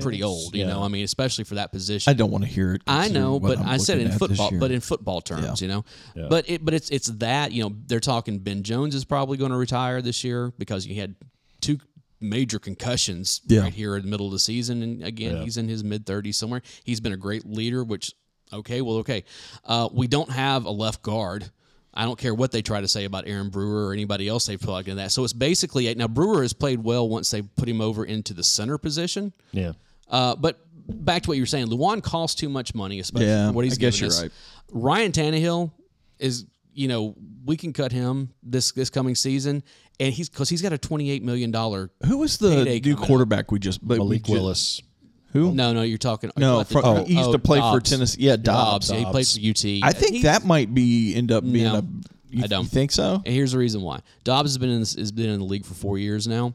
pretty old, you know. I mean, especially for that position.
I don't want to hear it.
I
considering
know,
what
but
I'm
i said
looking
in
at this
football,
year.
but in football terms, you know. But it, but it's it's that you know they're talking Ben Jones is probably going to retire this year because he had two major concussions
Yeah.
right here in the middle of the season. And again, he's in his mid 30s somewhere. He's been a great leader, which, okay, well, okay. Uh, we don't have a left guard. I don't care what they try to say about Aaron Brewer or anybody else they plug in that. So it's basically now Brewer has played well once they put him over into the center position.
Yeah.
Uh, but back to what you were saying, Luwan costs too much money, especially
Yeah,
for what he's
I guess
given
you're
us.
right.
Ryan Tannehill is, you know, we can cut him this this coming season, and he's because he's got a twenty eight million dollar.
Who was the
Payday
new
coming up.
quarterback we just but we
Malik
ju-
Willis.
No, no, you're talking.
No,
about the-
from, he used
oh,
to play for
Dobbs.
Tennessee. Yeah, Dobbs.
Dobbs. Yeah, he played for UT.
I think
He's-
that might be end up being
No,
a. You,
I don't.
you think so?
And here's the reason why Dobbs has been in this, has been in the league for four years now.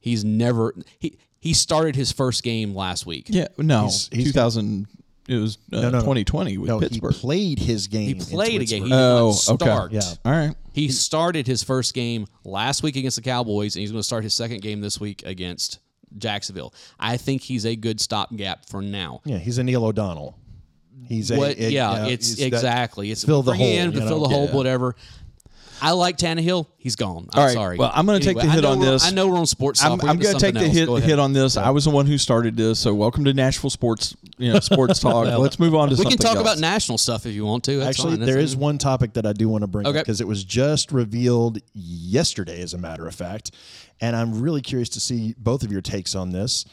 He's never he he started his first game last week.
Yeah, no.
He's- he's-
2000. It was uh,
no, no.
2020 with
No,
Pittsburgh.
he played his game.
He played a game. He did
Oh,
not
okay.
start.
Yeah.
All right.
He started his first game last week against the Cowboys, and he's going to start his second game this week against Jacksonville. I think he's a good stopgap for now.
Yeah, he's a Neil O'Donnell. He's a
What?
a-
yeah,
uh,
it's
he's that-
exactly. It's
fill the
bring in
hole,
to
you
fill
know?
the hole, whatever. I like Tannehill. He's gone. I'm
All right,
sorry.
well, I'm gonna take the
I
hit
know
on
we're-
this.
I know we're on sports.
I'm,
Talk. We're
I'm
into
going to take the
something else.
hit,
Go ahead.
hit on this. I was the one who started this, so welcome to Nashville sports you know, sports talk. Let's move on to
We can
something
talk
else.
about national stuff if you want to. That's
Actually,
fine.
there
That's-
is one topic that I do want to bring up
Okay.
because it was just revealed yesterday, as a matter of fact. And I'm really curious to see both of your takes on this.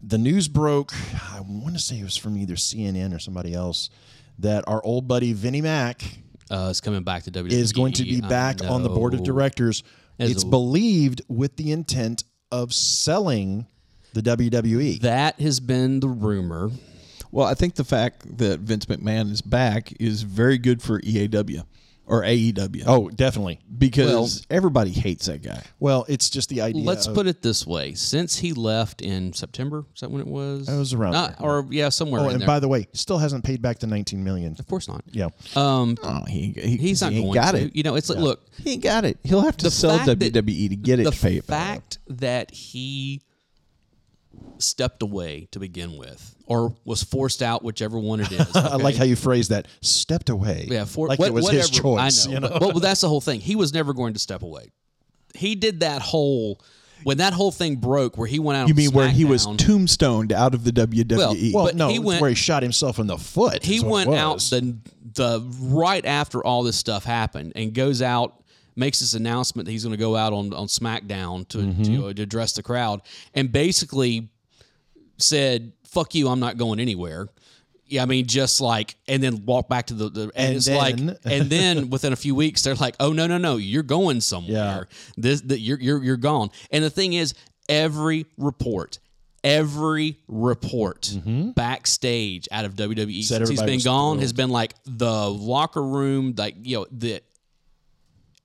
The news broke, I want to say it was from either CNN or somebody else, that our old buddy Vinnie Mac
uh, it's coming back to WWE.
is going to be
I
back on the board of
know.
directors.
As
it's
a-
believed with the intent of selling the E. WWE.
That has been the rumor.
Well, I think the fact that Vince McMahon is back is very good for EAW or AEW
oh, definitely.
because everybody hates that guy.
Well, it's just the idea.
Let's
of-
put it this way: since he left in September, is that when it was? It
was around there,
or yeah, somewhere.
Oh,
in
and
there.
by the way, still hasn't paid back the 19 million.
of course not.
Yeah.
Um,
Oh, he, he-
he's not
he ain't
going
got
to.
it.
You know, it's like look,
He ain't got it. He'll have to
The
sell
fact that-
WWE to get it.
the
paid back.
fact that he stepped away to begin with, or was forced out, whichever one it is.
I like how you phrase that. Stepped away.
Yeah, for,
like
what-
it was his
whatever-
choice.
I
you
know. But, well, that's the whole thing. He was never going to step away. He did that whole when that whole thing broke, where he went out.
You
on
mean where he was
SmackDown.
tombstoned out of the E. WWE?
Well,
But
no,
he
it's
went-
where he shot himself in the foot.
he
is what
went
it
out
was.
the the right after all this stuff happened and goes out makes this announcement that he's going to go out on on SmackDown to
Mm-hmm.
to, to address the crowd and basically said fuck you I'm not going anywhere. Yeah, I mean, just like, and then walk back to the, the and,
And
it's
then-
like, and then within a few weeks, they're like, oh no, no, no, you're going somewhere. This, that you're, you're, you're gone. And the thing is, every report, every report
Mm-hmm.
backstage out of E WWE since he's
everybody
been
was
gone has been like the locker room, like you know the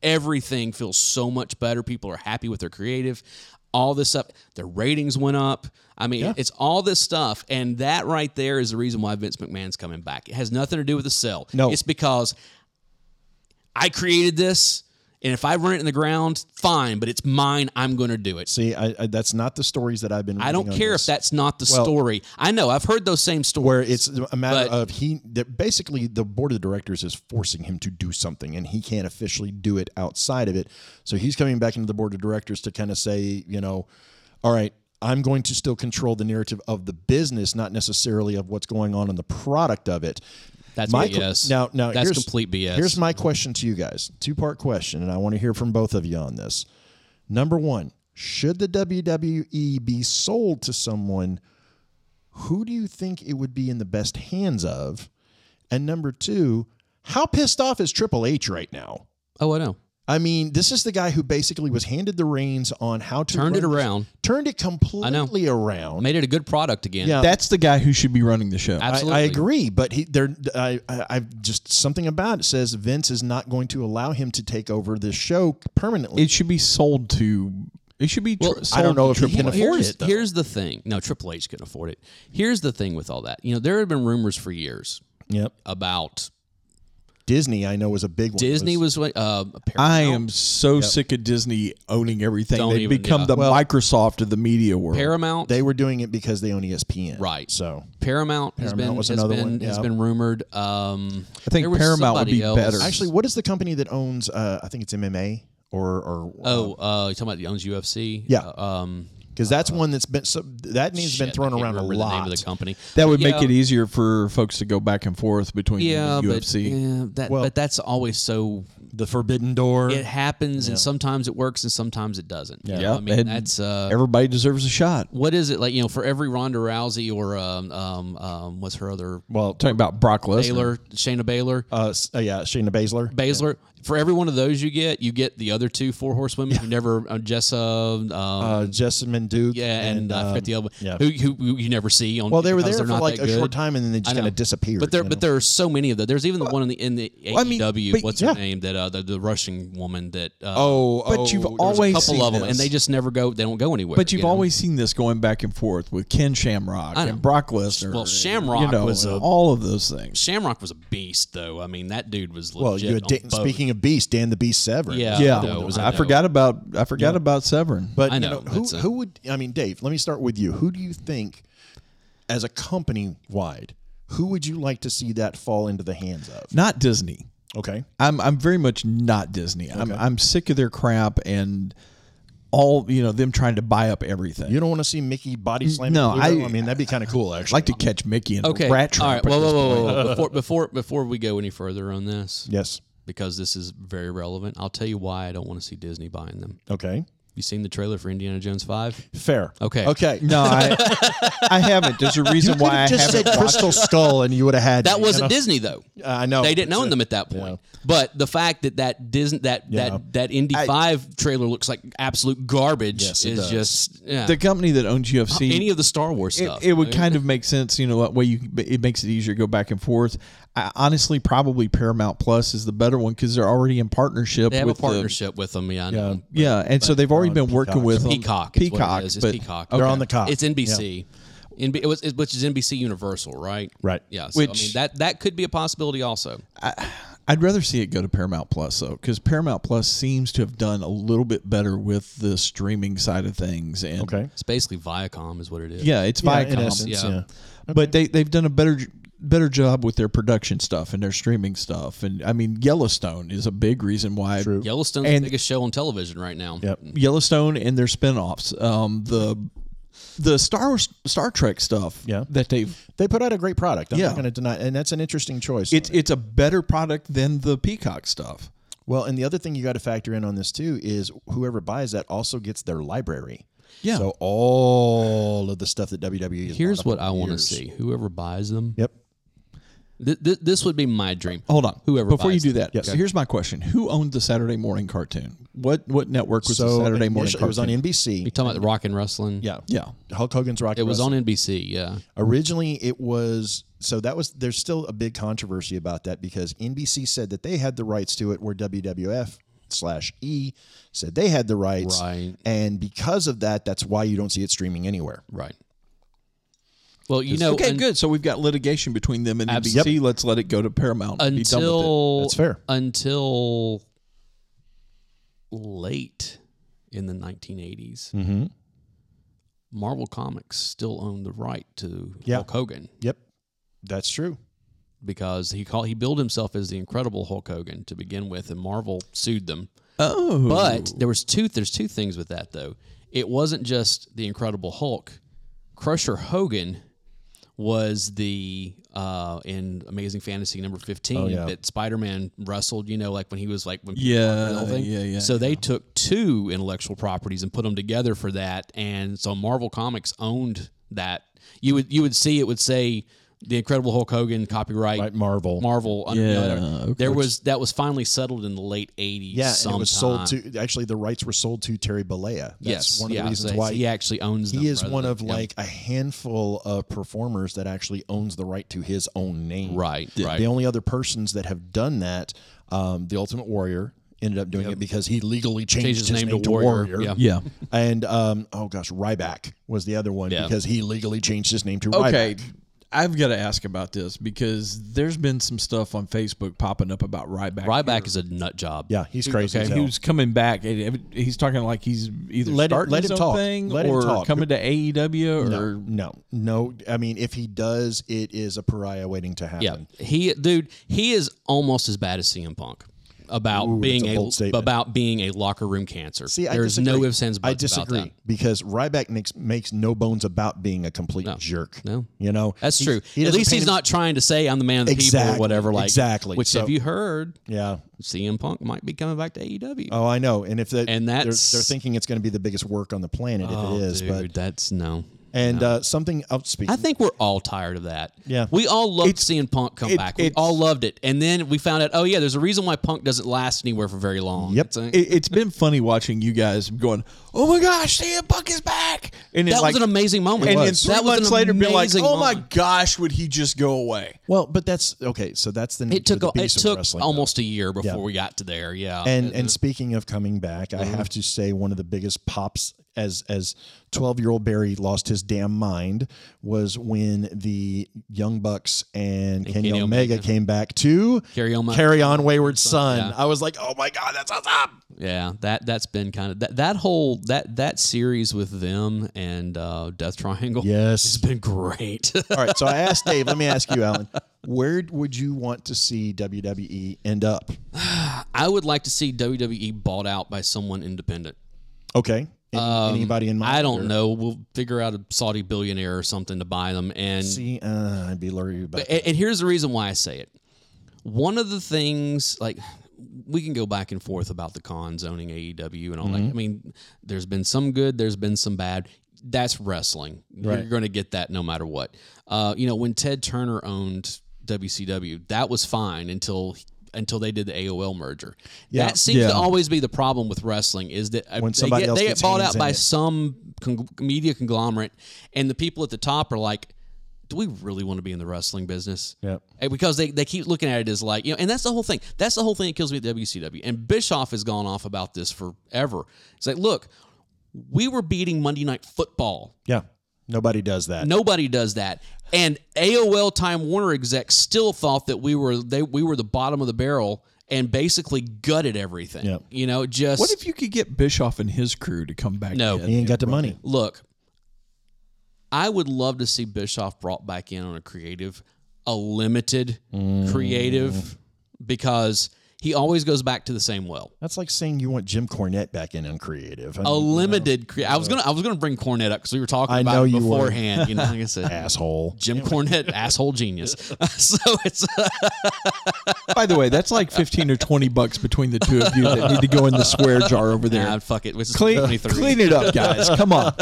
everything feels so much better. People are happy with their creative. All this stuff, their ratings went up. I mean, it's all this stuff, and that right there is the reason why Vince McMahon's coming back. It has nothing to do with the sell.
No.
it's because I created this, and if I run it in the ground, fine, but it's mine. I'm going to do it.
See, I, I, that's not the stories that I've been.
I don't
reading on
care
this.
if that's not the story. I know I've heard those same stories.
Where it's a matter
But-
of he that basically the board of directors is forcing him to do something, and he can't officially do it outside of it. So he's coming back into the board of directors to kind of say, you know, all right, I'm going to still control the narrative of the business, not necessarily of what's going on in the product of it.
That's
que-
BS.
Now, now
That's
here's-
complete BS.
Here's my question to you guys: two part question, and I want to hear from both of you on this. Number one, should the WWE be sold to someone? Who do you think it would be in the best hands of? And number two, how pissed off is Triple H right now?
oh, I know.
I mean, this is the guy who basically was handed the reins on how to
Turned it
run-
around.
turned it completely around.
Made it a good product again.
Yeah.
That's the guy who should be running the show.
absolutely.
I, I agree, but he there. I, I I've just something about it says Vince is not going to allow him to take over this show permanently.
it should be sold to. It should be. Tr-
Well, I
sold
don't know
to
if he
Triple
can
H.
afford
here's,
it, though.
Here's the thing. No, Triple H couldn't afford it. Here's the thing with all that. You know, there have been rumors for years
yep.
about
Disney, I know, was a big one.
Disney was what uh, Paramount.
I am so sick of Disney owning everything.
Don't
They've
even-
become
yeah.
the Microsoft of the media world.
Paramount.
they were doing it because they own E ESPN,
Right.
So
Paramount has
Paramount
been
was
has
another
been
one,
has
yeah.
been rumored. Um,
I think
there was
Paramount would
somebody
be better.
else.
actually, what is the company that owns? Uh, I think it's MMA or or
Oh, uh, you talking about the owns UFC?
Yeah.
Uh, um,
because that's one that's been so that name's
shit,
been thrown
I can't
around a
remember
lot.
The name of the company.
That would make
Yeah.
it easier for folks to go back and forth between
Yeah, but
UFC.
yeah, that
Well-
but that's always so.
The Forbidden Door.
It happens, and sometimes it works, and sometimes it doesn't. Yeah,
Yeah,
I mean
and
that's uh,
Everybody deserves a shot.
what is it like? You know, for every Ronda Rousey or um, um, um what's her other
well,
Talking about Brock Lesnar.
Baylor, Shayna Baylor,
uh, s- uh, yeah, Shayna Baszler.
Baszler. For every one of those you get, you get the other two four horsewomen who never uh, Jessa, um,
uh, Jessamine Duke.
yeah, and, I forget the other
yeah.
who, who who you never see on.
Well, they were
because
there
they're
for
not
like
that
a
good.
short time, and then they just
I know.
kind of disappeared.
But there,
you know?
but there are so many of those. There's even the one in the in the AEW.
I mean, but-
what's
yeah.
her name? That uh, the, the Russian woman that uh,
oh,
But
oh,
you've
there was a
always
couple
couple-
seen
of them, and
this.
they just never go. They don't go anywhere.
But you've
you know?
always seen this going back and forth with Ken Shamrock
I know.
and Brock Lesnar.
Well,
and,
Shamrock
you know,
was
and
a-
all of those things.
Shamrock was a beast, though. I mean, that dude was
Well,
legit
you
on
had,
both.
speaking of Beast, Dan the Beast Severin.
Yeah,
yeah,
I know, it was-
I,
know.
forgot about I forgot about Severn.
But
I
you
know,
know, who
that's a-
who would I mean, Dave? Let me start with you. Who do you think, as a company wide, who would you like to see that fall into the hands of?
not Disney.
Okay,
I'm I'm very much not Disney. I'm I'm sick of their crap and all you know them trying to buy up everything.
you don't want to see Mickey body slamming.
no,
Pluto?
I-
mean that'd be kind of cool eh? actually.
like to catch Mickey in
Okay.
a rat trap.
All right.
at
Whoa,
this
whoa, whoa,
point.
whoa, whoa. Before, before, before we go any further on this,
yes.
because this is very relevant, I'll tell you why I don't want to see Disney buying them.
Okay.
You seen the trailer for Indiana Jones Five?
Fair.
Okay.
Okay.
No, I, I haven't. There's a reason why I
just
haven't.
said Crystal Skull, and you would have had
That
you
wasn't
know?
Disney though.
I know
they didn't own them at that point. But the fact that that Disney that that that Indy Five trailer looks like absolute garbage
Yes, it
is
does.
just yeah.
the company that owns UFC.
any of the Star Wars
it,
stuff.
it would kind of make sense, you know, that way you it makes it easier to go back and forth. I, honestly, probably Paramount Plus is the better one because they're already in partnership
they have a
with the-
partnership with them. Yeah, I know.
yeah, and so they've already been working with them.
Peacock. Is
Peacock,
What it is. It's
but
Peacock.
They're on the cop.
It's NBC. NB, it was, it, which is NBC Universal, right?
Right.
Yeah. So, I
Which-
mean, that that could be a possibility also.
I'd rather see it go to Paramount Plus though, because Paramount Plus seems to have done a little bit better with the streaming side of things. And
Okay.
It's basically Viacom, is what it is.
yeah, it's Viacom,
in essence,
Yeah.
yeah.
but they they've done a better better job with their production stuff and their streaming stuff. And I mean, Yellowstone is a big reason why
True.
Yellowstone's
And-
the biggest show on television right now.
Yep.
Yellowstone and their spinoffs. Um, the the Star Wars- Star Trek stuff.
Yeah.
that they've
They put out a great product. I'm
Yeah.
not going to deny, and that's an interesting choice.
it's it's a better product than the Peacock stuff.
well, and the other thing you got to factor in on this too is whoever buys that also gets their library.
Yeah.
So all of the stuff that WWE is
Here's what I want to see. Whoever buys them,
Yep.
th- th- this would be my dream.
Hold on,
Whoever
before you
buys
do
them.
that. so here's my question: Who owned the Saturday morning cartoon? What what network was E
So
the Saturday morning
initially
cartoon?
it was on NBC.
You talking about the Rock and Wrestling?
Yeah.
yeah,
Hulk Hogan's Rock.
It was on NBC. Yeah.
Originally, it was so that was there's still a big controversy about that because NBC said that they had the rights to it, where WWF slash E said they had the rights,
Right.
and because of that, that's why you don't see it streaming anywhere.
Right. Well, you know,
okay,
un-
good. So we've got litigation between them and
Abs-
NBC. Let's let it go to Paramount. and be done with it.
until
That's fair.
Until late in the 1980s,
Mm-hmm.
Marvel Comics still owned the right to
Yeah.
Hulk Hogan
Yep, that's true.
because he called he billed himself as the Incredible Hulk Hogan to begin with, and Marvel sued them.
Oh,
But there was two. There's two things with that though. It wasn't just the Incredible Hulk. Crusher Hogan was the uh, in Amazing Fantasy number fifteen that Spider-Man wrestled. You know, like when he was like when people
Oh, Yeah,
were developing.
yeah, yeah,
So they took two intellectual properties and put them together for that, and so Marvel Comics owned that. You would you would see it would say. The Incredible Hulk Hogan copyright
Right, Marvel.
Marvel. under-
Yeah,
there- there was that was finally settled in the late '80s.
Yeah, and it was sold
sometime.
to actually the rights were sold to Terry Bollea. That's
yes,
one of
yeah,
the reasons
so
why
he actually owns. them
he is
rather
one
than-
of like a handful of performers that actually owns the right to his own name.
Right, right.
The only other persons that have done that, um, the Ultimate Warrior ended up doing it because he legally changed,
Changed
his, name, to Warrior.
yeah.
yeah.
And um, oh gosh, Ryback was the other one
Yeah.
because he legally changed his name to
Okay.
Ryback.
I've got to ask about this because there's been some stuff on Facebook popping up about Ryback.
Ryback is a nut job.
Yeah, he's crazy. as
Okay,
hell.
who's coming back? and He's talking like he's either
Let him-
starting
let
his
him
own
talk.
thing
Let him
or
talk.
coming to AEW or
no, no, no. I mean, if he does, it is a pariah waiting to happen.
yeah. He, dude, he is almost as bad as CM Punk. about
Ooh,
being
that's a
a,
bold statement.
about being a locker room cancer.
See, I
there's
disagree.
no ifs ands buts
I disagree
about that.
because Ryback makes makes no bones about being a complete jerk.
no.
you know
That's
He's-
true.
he
At
doesn't
least
paint
he's
him-
not trying to say I'm the man of the people or
Exactly,
whatever. Like
exactly.
Which
So-
have you heard?
Yeah.
CM Punk might be coming back to E AEW.
Oh, I know. And if that,
And
they're,
that's- Oh,
they're thinking it's going to be the biggest work on the planet if it is.
dude,
But
that's no.
and uh, something else. Speaking,
I think we're all tired of that.
Yeah.
we all loved
It's-
seeing Punk come
it-
back. We
it's-
all loved it, and then we found out. Oh yeah, there's a reason why Punk doesn't last anywhere for very long.
Yep.
It's a-
It, it's been funny watching you guys going, "Oh my gosh, CM Punk is back!" And then,
that
like,
was an amazing moment.
And then
That
three
was an
months later, be like,
amazing
"Oh my
moment.
gosh, would he just go away?"
well, but that's okay. So that's the
It
nature
took
of the
it
beast of
took
wrestling, though.
almost a year before we got to there. Yeah, Mm-hmm.
And and speaking of coming back, I have to say one of the biggest pops as as twelve year old Barry lost his damn mind was when the Young Bucks and, Kenny,
Kenny
Omega, came back to
Carry On My-
Carry On Wayward Son.
yeah.
I was like, oh my god, that's awesome.
Yeah, that that's been kind of that that whole that that series with them and uh, Death Triangle.
Yes.
has been great.
All right, so I asked Dave. let me ask you, Alan, where would you want to see WWE end up?
I would like to see WWE bought out by someone independent.
Okay, Any- anybody in mind?
Um, I don't
or-
know. We'll figure out a Saudi billionaire or something to buy them. And
See, uh, I'd be leery about.
and, and here's the reason why I say it. One of the things, like, we can go back and forth about the cons owning AEW E and all
Mm-hmm.
that. I mean, there's been some good, there's been some bad. That's wrestling. You're going to get that no matter what. Uh, you know, when Ted Turner owned WCW, that was fine until until they did the AOL merger. that seems
Yeah.
to always be the problem with wrestling is that uh,
When
they
somebody
get,
else
they
gets
get bought
hands
out
in
by
it.
some con- media conglomerate, and the people at the top are like, "Do we really want to be in the wrestling business?"
Yep.
And because they, they keep looking at it as like you know, and that's the whole thing. That's the whole thing that kills me at WCW. And Bischoff has gone off about this forever. It's like, look, we were beating Monday Night Football.
Yeah, nobody does that.
Nobody does that. And AOL Time Warner execs still thought that we were they we were the bottom of the barrel and basically gutted everything.
Yep.
You know, just
What if you could get Bischoff and his crew to come back?
No.
He
in?
ain't got the money.
look, I would love to see Bischoff brought back in on a creative, a limited creative, because he always goes back to the same well.
That's like saying you want Jim Cornette back in on creative. I
A
mean,
limited. Cre- I was gonna. I was gonna bring Cornette up because we were talking
Mm-hmm. I
about
know
it
you were.
beforehand. You know, like I said,
asshole.
Jim Cornette, asshole genius. so it's
By the way, that's like fifteen or twenty bucks between the two of you that need to go in the square jar over there.
ah, fuck it. This is
clean,
23.
clean it up, guys. Come on.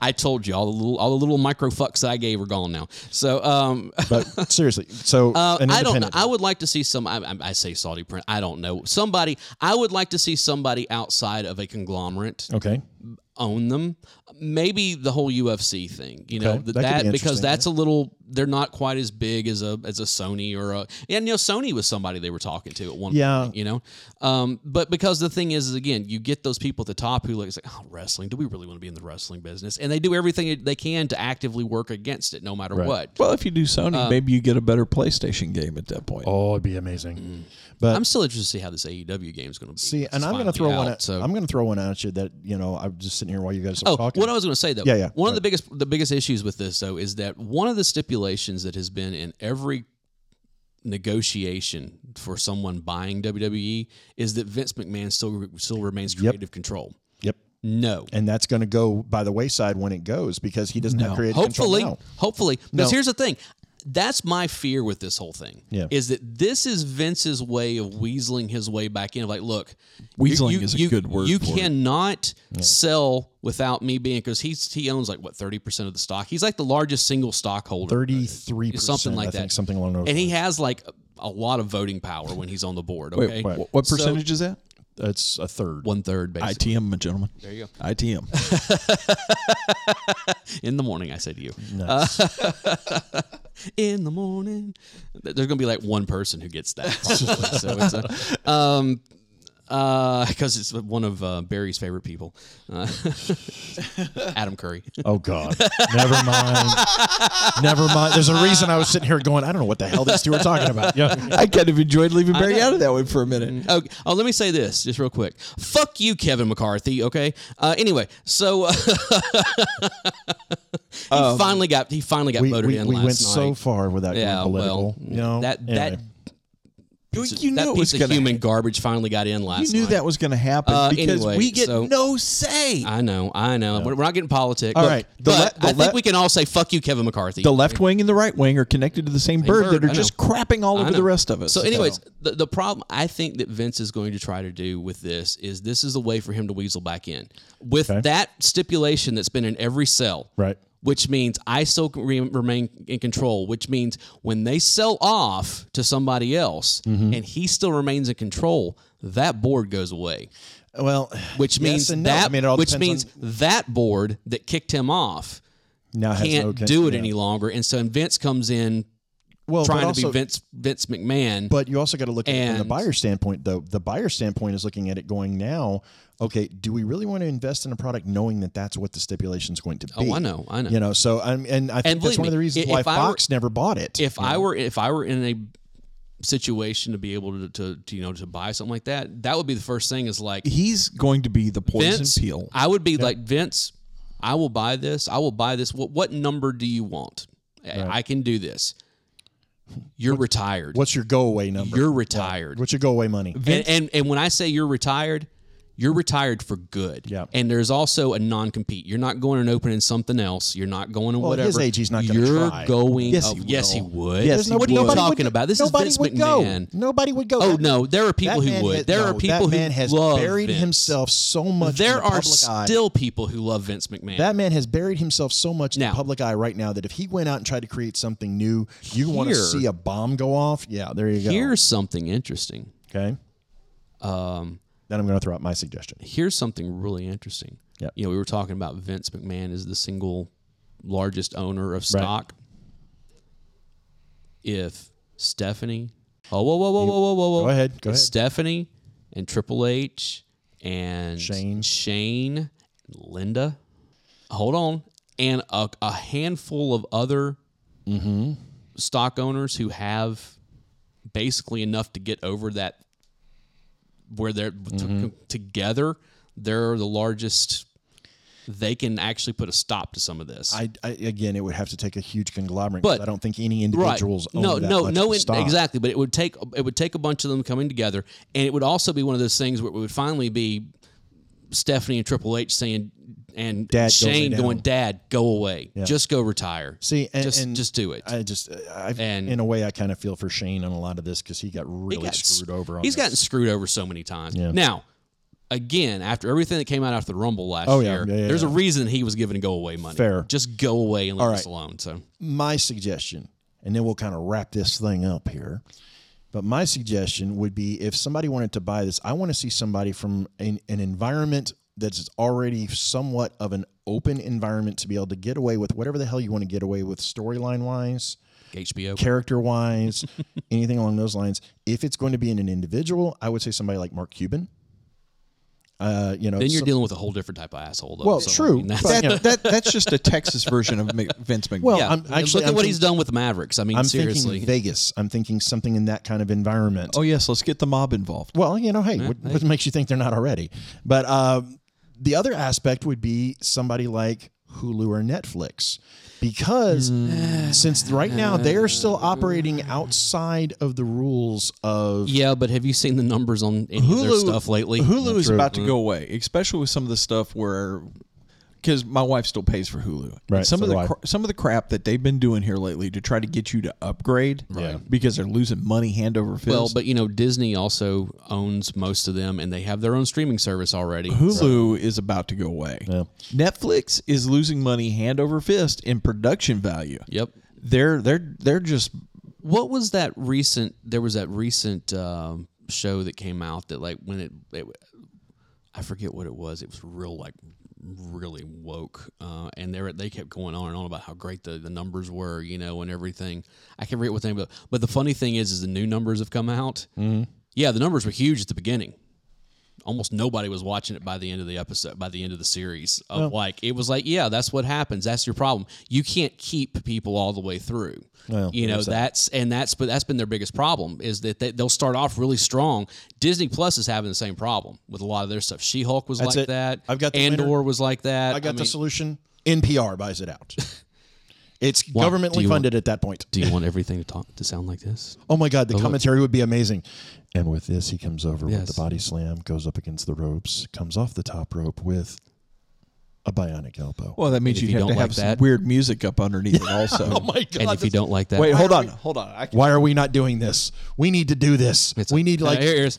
I told you all the little all the little micro fucks that I gave are gone now. So um,
But seriously, so
Uh,
an
I don't know.
independent-
I would like to see some. I, I- I say Saudi print. I don't know. Somebody. I would like to see somebody outside of a conglomerate
okay.
own them. Maybe the whole UFC thing. You know
Okay,
th-
that could be
that, because
interesting,
that's a little. They're not quite as big as a as a Sony or a. And you know Sony was somebody they were talking to at one.
Yeah.
Point, you know. Um. But because the thing is, is again, you get those people at the top who like, it's like, oh, wrestling. Do we really want to be in the wrestling business? And they do everything they can to actively work against it, no matter what.
Well, if you do Sony,
Uh,
maybe you get a better PlayStation game at that point.
Oh, it'd be
Mm.
amazing. But
I'm still interested to see how this E AEW game is going to be.
see, and
It's
I'm going to
finally
throw
out,
one. At,
so-
I'm going to throw one at you that you know. I'm just sitting here while you guys are
oh,
talking.
what I was going to say though.
Yeah, yeah.
One of the biggest the biggest issues with this though is that one of the stipulations that has been in every negotiation for someone buying WWE is that Vince McMahon still still remains creative control.
yep.
No.
And that's going to go by the wayside when it goes because he doesn't have creative
hopefully,
control now.
hopefully. Because here's the thing. That's my fear with this whole thing.
Yeah.
Is that this is Vince's way of weaseling his way back in? Like, look, you-
Weaseling
you-
is a
you-
good word
You
for it.
cannot sell without me being because he's he owns like what thirty percent of the stock. He's like the largest single stockholder.
Thirty-three percent,
Something like
I
that.
Think, something along those.
and he
lines.
has like a, a lot of voting power when he's on the board.
Wait,
Okay,
wh- what percentage is that?
it's a third.
one third basically.
ITM, my gentlemen. There you go. ITM.
In the morning, I say to you. Uh, in the morning, Th- there's gonna be like one person who gets that, probably. so it's a, um, because it's one of uh, Barry's favorite people, uh, Adam Curry.
Oh God! Never mind. Never mind. There's a reason I was sitting here going, I don't know what the hell these two are talking about. Yeah.
I kind of enjoyed leaving Barry out of that one for a minute.
Okay. Oh, let me say this just real quick. Fuck you, Kevin McCarthy. Okay. Uh, anyway, so uh, he finally got he finally got
Um, we,
voted
we,
in
we
last
went
night.
so far without
yeah,
going political.
well,
you know
that
anyway.
that piece,
you
of,
knew it
that
was
piece of
gonna
human
ha-
garbage finally got in
You
last
knew
night.
that was going to happen
Uh,
because
anyway,
we get
so-
no say.
I know, I know. We're we're not getting politics.
All
All
right,
right,
the le- the
I
le-
think we can all say fuck you, Kevin McCarthy.
the left wing and the right wing are connected to the same, bird,
bird,
that are
I
just
know.
crapping all
I
over the
know.
rest of us.
So, anyways, the, the problem I think that Vince is going to try to do with this is this is the way for him to weasel back in with that stipulation that's been in every cell,
Right.
Which means I still can re- remain in control. Which means when they sell off to somebody else and he still remains in control, that board goes away.
Well,
Which
yes
means
and no.
that
I mean, it all
which means
depends
that board that kicked him off
on- now has
can't
no con-
do it
yeah.
any longer, and so Vince comes in
Well, but
trying to
also-
be Vince Vince McMahon.
But you also got to look at it from the
And-
buyer standpoint, though. The buyer standpoint is looking at it going now. Okay, do we really want to invest in a product knowing that that's what the stipulation is going to be?
Oh, I know, I know.
You know, so I'm, and I
And
think that's
believe
one of the
me,
reasons
i-
why
if I were-
Fox never bought it.
if I were if I were in a situation to be able to, to, to you know to buy something like that, that would be the first thing. Is like
he's going to be the poison
Vince,
peel.
I would be like Vince. I will buy this. I will buy this. What what number do you want? I- I can do this. You're retired.
What's your go away number?
You're retired.
What's your go away money?
and, and and when I say you're retired, you're retired for good.
Yeah.
And there's also a non compete. You're not going and opening something else. You're not going to
Well, at
whatever.
his age, he's not gonna
You're
try.
going.
Yes,
oh,
he
yes, he
will.
would.
Yes, he
what are you
will.
talking about? This is
nobody
Vince
would
McMahon.
Go. Nobody would go.
Oh
That-
no, there are people
that
who
man
would.
has-
there
no,
are people
that
who
man has
love
buried
Vince.
himself so much. in
There
the
are
public eye.
still people who love Vince McMahon.
That man has buried himself so much in the
Now-
public eye right now that if he went out and tried to create something new, you want to
Here-
see a bomb go off. Yeah, there you go.
Here's something interesting.
okay. Um,
Um,
then I'm going to throw out my suggestion.
Here's something really interesting.
Yep.
You know, we were talking about Vince McMahon is the single largest owner of stock. If Stephanie, oh whoa whoa whoa whoa whoa whoa, whoa.
Go ahead, go
If
ahead.
Stephanie and Triple H and
Shane.
Shane, Linda, hold on, and a, a handful of other
Mm-hmm.
stock owners who have basically enough to get over that where they're t-
Mm-hmm.
together they're the largest they can actually put a stop to some of this
I, I again, it would have to take a huge conglomerate.
But-
'cause I don't think any individuals own
no
that
no
much
no
of
in-
stock.
exactly but it would take it would take a bunch of them coming together and it would also be one of those things where it would finally be stephanie and triple h saying and
Dad, go
shane
lay down.
going dad go away just go retire
See, and,
just
and
just do it
I just, I, I've,
And-
in a way, I kind of feel for Shane on a lot of this because he got really screwed
s-
over. On
He's
this.
gotten screwed over so many times. Now, again, after everything that came out after the Rumble last
Oh, yeah.
year,
Yeah, yeah,
there's
yeah.
a reason he was given go away money.
Fair.
Just go away and leave us
right.
alone. So
my suggestion, and then we'll kind of wrap this thing up here. But my suggestion would be if somebody wanted to buy this, I want to see somebody from an, an environment that's already somewhat of an open environment to be able to get away with whatever the hell you want to get away with storyline wise,
HBO.
character wise, anything along those lines. If it's going to be in an individual, I would say somebody like Mark Cuban. Uh, you know,
then you're
some-
dealing with a whole different type of asshole. Though,
well,
So, I
true.
mean, that's-
but, you know,
that, that that's just a Texas version of Mc- Vince McMahon.
Well,
yeah.
I'm-
And
actually,
look at
I'm
what
think-
he's done with the Mavericks. I mean,
I'm
seriously.
thinking Vegas. I'm thinking something in that kind of environment.
oh yes, let's get the mob involved.
Well, you know, hey, what, what makes you think they're not already? But um, the other aspect would be somebody like Hulu or Netflix, because
Mm.
since right now they are still operating outside of the rules of
yeah, but have you seen the numbers on any of their stuff lately?
Hulu is about to go away, especially with some of the stuff where because my wife still pays for Hulu. And
Right,
some
so
of
do
the
I.
cra- some of the crap that they've been doing here lately to try to get you to upgrade,
Right.
Because they're losing money hand over fist.
Well, but you know, Disney also owns most of them, and they have their own streaming service already.
Hulu is about to go away. Netflix is losing money hand over fist in production value.
Yep.
They're they're they're just
What was that recent? There was that recent um, show that came out that like when it, it, I forget what it was. It was real like really woke, uh, and they were- they kept going on and on about how great the, the numbers were, you know, and everything. I can't forget what the name, but but the funny thing is, is the new numbers have come out. Mm-hmm. Yeah, the numbers were huge at the beginning. Almost nobody was watching it by the end of the episode, by the end of the series. Of like, it was like, yeah, that's what happens. That's your problem. You can't keep people all the way through. you know, that's and that's but that's been their biggest problem is that they, they'll start off really strong. Disney Plus is having the same problem with a lot of their stuff. She Hulk was
That's
like
it.
that.
I've got the
Andor
winner.
was like that.
I got the
mean,
solution. NPR buys it out. It's
Why? Do
governmentally
you want-
funded at that point.
Do you want everything to talk to sound like this?
Oh my God, the commentary would be amazing. And with this, he comes over
Yes.
with the body slam, goes up against the ropes, comes off the top rope with a bionic elbow.
Well, that means
if
you
you
have
don't
to
like
have some
that-
weird music up underneath it. Also,
oh my
and if
God.
you
that's-
don't like that,
wait, hold on, hold on. I can,
why are we not doing this? We need to do this.
It's-
we need
no,
like
here- here's-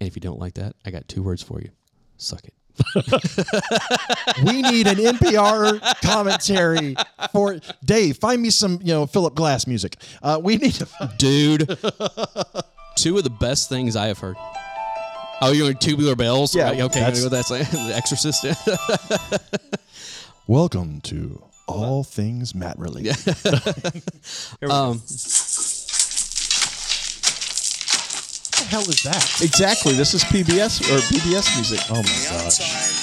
and if you don't like that, I got two words for you: suck it.
we need an NPR commentary for Dave. Find me some you know Philip Glass music. Uh, we need to. Find,
dude. two of the best things I have heard. Oh, you're in tubular bells?
Yeah,
Right, Okay,
that's-
that's, that's The Exorcist.
Welcome to all things Matt related.
um,
What the hell is that?
exactly. This is PBS or PBS music. Oh my
outside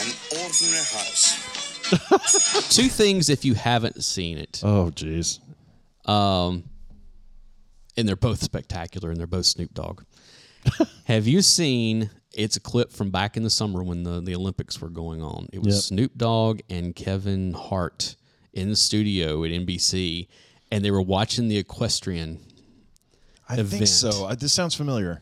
an ordinary house.
two things if you haven't seen it,
Oh jeez.
and they're both spectacular, and they're both Snoop Dogg. have you seen? It's a clip from back in the summer when the, the Olympics were going on. It was
Yep.
Snoop Dogg and Kevin Hart in the studio at NBC, and they were watching the equestrian
I think
Event.
so. Uh, this sounds familiar.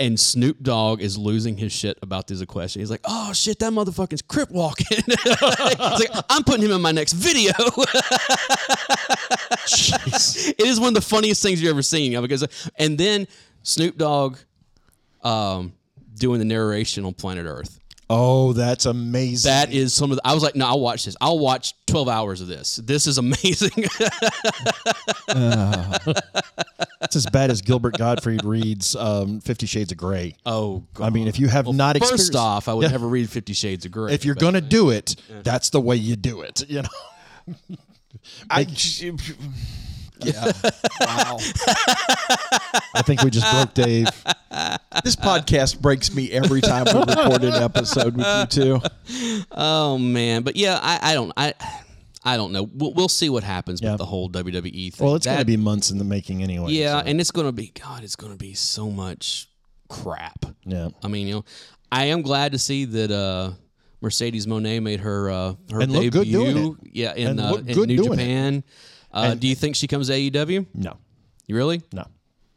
and Snoop Dogg is losing his shit about this question. He's like, "Oh shit, that motherfucker's crip walking." He's like, "I'm putting him in my next video." It is one of the funniest things you've ever seen. you know, because and then Snoop Dogg, um, doing the narration on Planet Earth.
Oh, that's amazing.
That is some of. The, I was like, "No, I'll watch this. I'll watch 12 hours of this. This is amazing."
That's as bad as Gilbert Gottfried reads um, Fifty Shades of Grey.
oh god.
I mean, if you have not experienced,
First off, I would never read Fifty Shades of Grey.
if you're
but-
gonna do it, that's the way you do it. You know.
god! yeah. Wow.
I think we just broke Dave.
This podcast breaks me every time we record an episode with you two.
Oh man, but yeah, I, I don't I I don't know. We'll, we'll see what happens
Yeah.
with the whole WWE thing.
Well, it's gonna
That-
be months in the making anyway.
yeah,
so,
and it's gonna be God. It's gonna be so much crap.
yeah.
I mean, you know, I am glad to see that uh, Mercedes Monet made her uh, her
And
debut.
looked good doing it.
Yeah, in,
And
uh,
looked
in
good
New
doing it.
Japan. Uh, do you think she comes to AEW?
No,
You really?
no,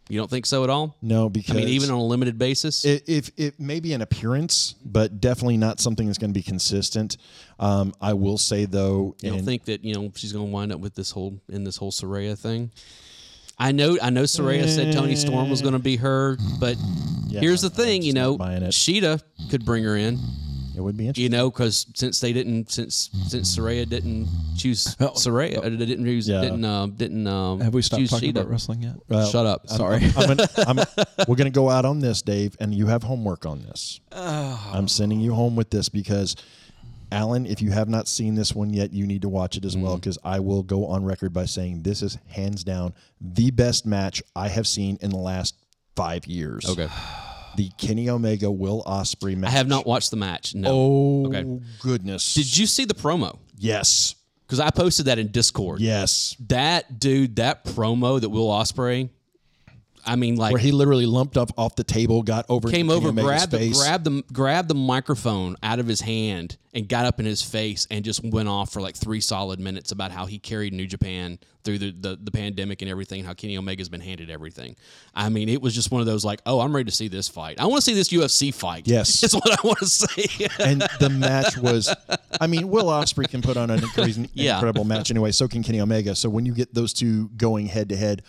You don't think so at all?
no. Because
I mean, even on a limited basis.
it, if it may be an appearance, but definitely not something that's going to be consistent. Um, I will say though,
You don't
and-
think that you know she's going to wind up with this whole in this whole Soraya thing? I know, I know. Soraya said Tony Storm was going to be her, but here's the
I'm
thing, you
just
know,
not buying it.
Sheeta could bring her in,
it would be
you
interesting.
know, because since they didn't, since since Soraya didn't choose Soraya, uh, didn't choose,
Yeah.
didn't, uh, didn't. Um,
Oh, Have we stopped
choose
talking
Shida.
about wrestling yet?
Well,
Shut up.
Sorry.
I'm gonna, I'm, we're going to go out on this, Dave, and you have homework on this.
Oh.
I'm sending you home with this because, Alan, if you have not seen this one yet, you need to watch it as well
Mm-hmm.
because I will go on record by saying this is hands down the best match I have seen in the last five years.
Okay,
The Kenny Omega Will Osprey match.
I have not watched the match. No.
Oh
Okay.
goodness!
Did you see the promo?
yes,
Because I posted that in Discord.
yes.
That dude, that promo that Will Osprey. I mean, like
Where he literally lumped up off the table, got over,
came
into
over,
Kenny Omega's
grabbed the,
face.
grabbed the grabbed the microphone out of his hand, and got up in his face, and just went off for like three solid minutes about how he carried New Japan through the the, the pandemic and everything, how Kenny Omega's been handed everything. I mean, it was just one of those like, oh, I'm ready to see this fight. I want to see this UFC fight.
Yes.
is what I want to see.
and the match was I mean, Will Osprey can put on an increasing,
Yeah.
incredible match anyway, so can Kenny Omega. So when you get those two going head to head,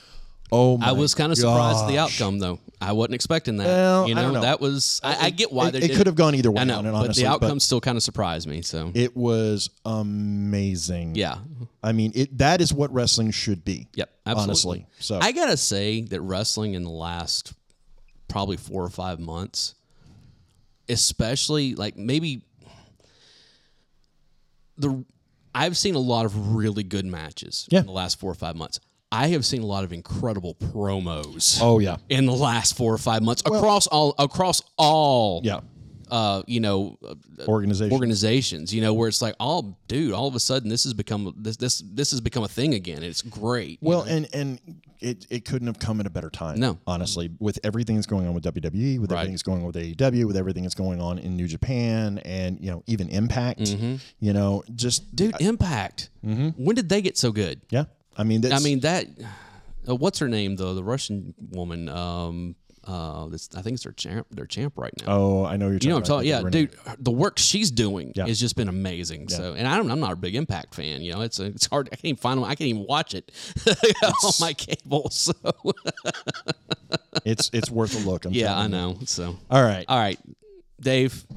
oh my
I was kind of surprised at the outcome, though. I wasn't expecting that.
Well,
you
I
know,
don't know.
that was. I, I get why
it-
they
it
did
could have gone either way
I know,
on it,
but
honestly,
the
but-
outcome still kind of surprised me. So
It was amazing.
yeah,
I mean, it that is what wrestling should be.
Yep, absolutely.
Honestly. So
I gotta say that wrestling in the last probably four or five months, especially like maybe the I've seen a lot of really good matches
Yeah.
in the last four or five months. I have seen a lot of incredible promos
Oh yeah.
in the last four or five months across all across all
Yeah.
uh, you know, uh,
Organization.
organizations, you know, where it's like, oh, dude, all of a sudden this has become this this this has become a thing again. It's great.
Well, and and it, it couldn't have come at a better time.
No.
honestly, with everything that's going on with WWE, with
Right.
everything that's going on with AEW, with everything that's going on in New Japan, and you know even Impact,
Mm-hmm.
you know, just
dude, Impact. When did they get so good?
yeah. I mean, that's,
I mean that. Uh, what's her name though? The Russian woman. Um, uh, that's, I think it's their champ. Their champ right now.
oh, I know you're. Talking
you know what I'm
about
talking? Yeah,
Renee.
dude, the work she's doing
Yeah.
has just been amazing. So, and I don't, I'm not a big Impact fan. You know, it's it's hard. I can't even find them. I can't even watch it on my cable. So,
It's it's worth a look. I'm
yeah,
telling
I
you.
know. So,
All right,
all right, Dave.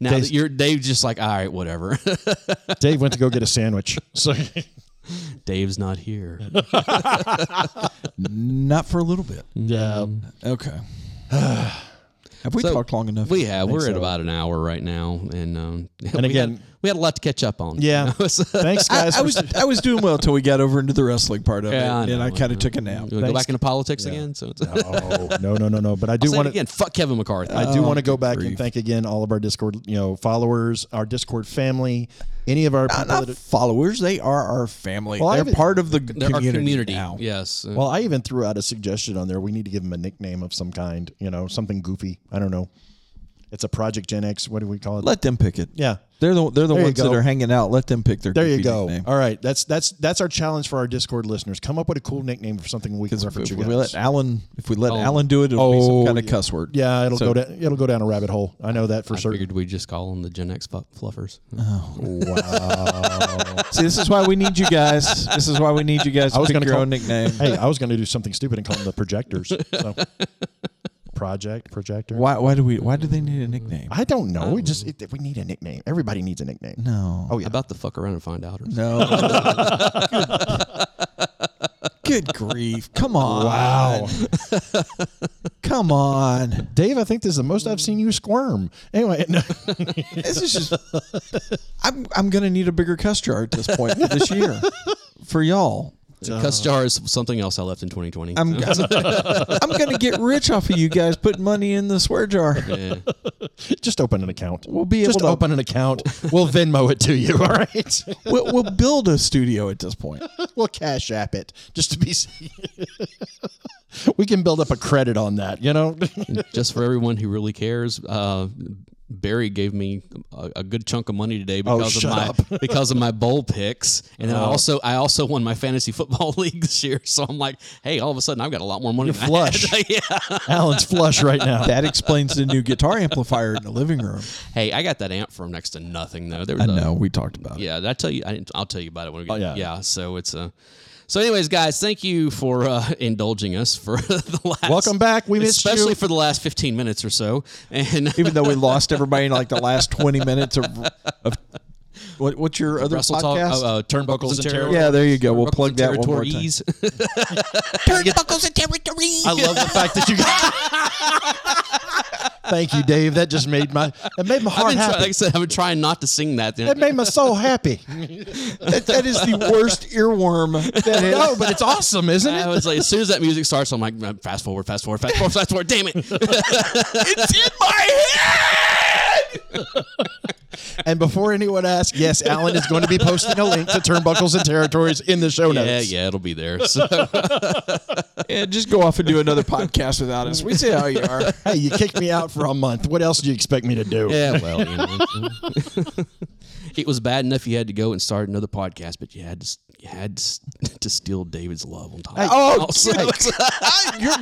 now that you're Dave, just like all right, whatever.
Dave went to go get a sandwich. So
Dave's not here.
Not for a little bit.
yeah,
Okay. Have we
So,
talked long enough?
We have. We're at about an hour right now, and um, and we
again-
had, we had a lot to catch up on.
yeah. Thanks,
I,
guys.
I
for
was I was doing well until we got over into the wrestling part of
Yeah, I
it, and I
know.
kind of took a nap.
Do we go back into politics again? So it's,
Oh no no no no! But I do
say it
want to
again. Oh, Fuck Kevin McCarthy.
I do want to go back and thank again all of our Discord you know followers, our Discord family, any of our people
Not
that
followers. They are our family.
Well, I
They're
haven't-
part of the
Our
community,
community.
now.
Yes. Uh,
Well, I even threw out a suggestion on there. We need to give him a nickname of some kind, you know, something goofy. I don't know. It's a Project Gen X. What do we call it?
Let them pick it.
yeah.
They're the they're the
There you
ones that
go.
are hanging out. Let them pick their.
There you
goofy
go.
nickname.
All right. That's that's that's our challenge for our Discord listeners. Come up with a cool nickname for something we can
Because if,
reference
if
you
we
guys.
let Alan, if we let Alan do it, it'll be some
Oh,
kind of cuss word.
yeah, it'll
So-
go down it'll go down a rabbit hole. I know that for
I
certain.
figured we just call them the Gen X fu- fluffers.
See, this is why we need you guys. This is why we need you guys to
was
pick your
gonna call-
own nickname.
hey, I was gonna do something stupid and call them the projectors. So. Project, projector.
Why why do we why do they need a nickname?
I don't know. We
Oh.
just it, we need a nickname. Everybody needs a nickname.
No.
Oh yeah.
About to fuck around and find out. Or
No. Good grief. Come on.
Wow.
Come on.
Dave, I think this is the most I've seen you squirm. Anyway, no.
This is just I'm I'm gonna need a bigger cuss jar at this point for this year. For y'all.
Cuss jar is something else I left in 2020.
I'm I'm gonna get rich off of you guys putting money in the swear jar.
Yeah.
just open an account. We'll
be able
just
to-
open an account. We'll Venmo it to you. All right.
We'll, we'll build a studio at this point.
we'll cash app it just to be. we can build up a credit on that. You know.
just for everyone who really cares, uh, Barry gave me a, a good chunk of money today because
shut
of my because of my bowl picks, and then I also I also won my fantasy football league this year. So I'm like, hey, all of a sudden I've got a lot more money. You're
flush.
yeah.
Alan's flush right now.
That explains the new guitar amplifier in the living room.
Hey, I got that amp for next to nothing though. There was
I
a-
know, we talked about it.
Yeah, did I tell you. I didn't, I'll tell you about it when we get.
yeah.
yeah. So it's a. So, anyways, guys, thank you for uh, indulging us for the last.
Welcome back. We missed
especially
you.
for the last fifteen minutes or so. And
even though we lost everybody in like the last 20 minutes of, of what, what's your other
Russell talk.
podcast?
Uh, uh, turnbuckles and terror.
yeah, there you go. We'll plug
and
that one more time.
territories.
Turnbuckles and territories.
I love the fact that you. Thank you, Dave. That just made my that made my
I've
heart
been try-
happy.
like I said, I've been trying not to sing that.
that made my soul happy.
That- that is the worst earworm. That is.
no, but it's awesome, isn't
I
it?
was like, as soon as that music starts, I'm like, fast forward, fast forward, fast forward, fast forward. Damn it!
And before anyone asks, yes, Alan is going to be posting a link to Turnbuckles and Territories in the show
yeah,
notes.
yeah, it'll be there. So,
Yeah, just go off and do another podcast without us. We see how you are.
Hey, you kicked me out for a month. What else do you expect me to do?
yeah, well, you know. it was bad enough you had to go and start another podcast, but you had to you had to steal David's love on top.
Oh,
so-
you're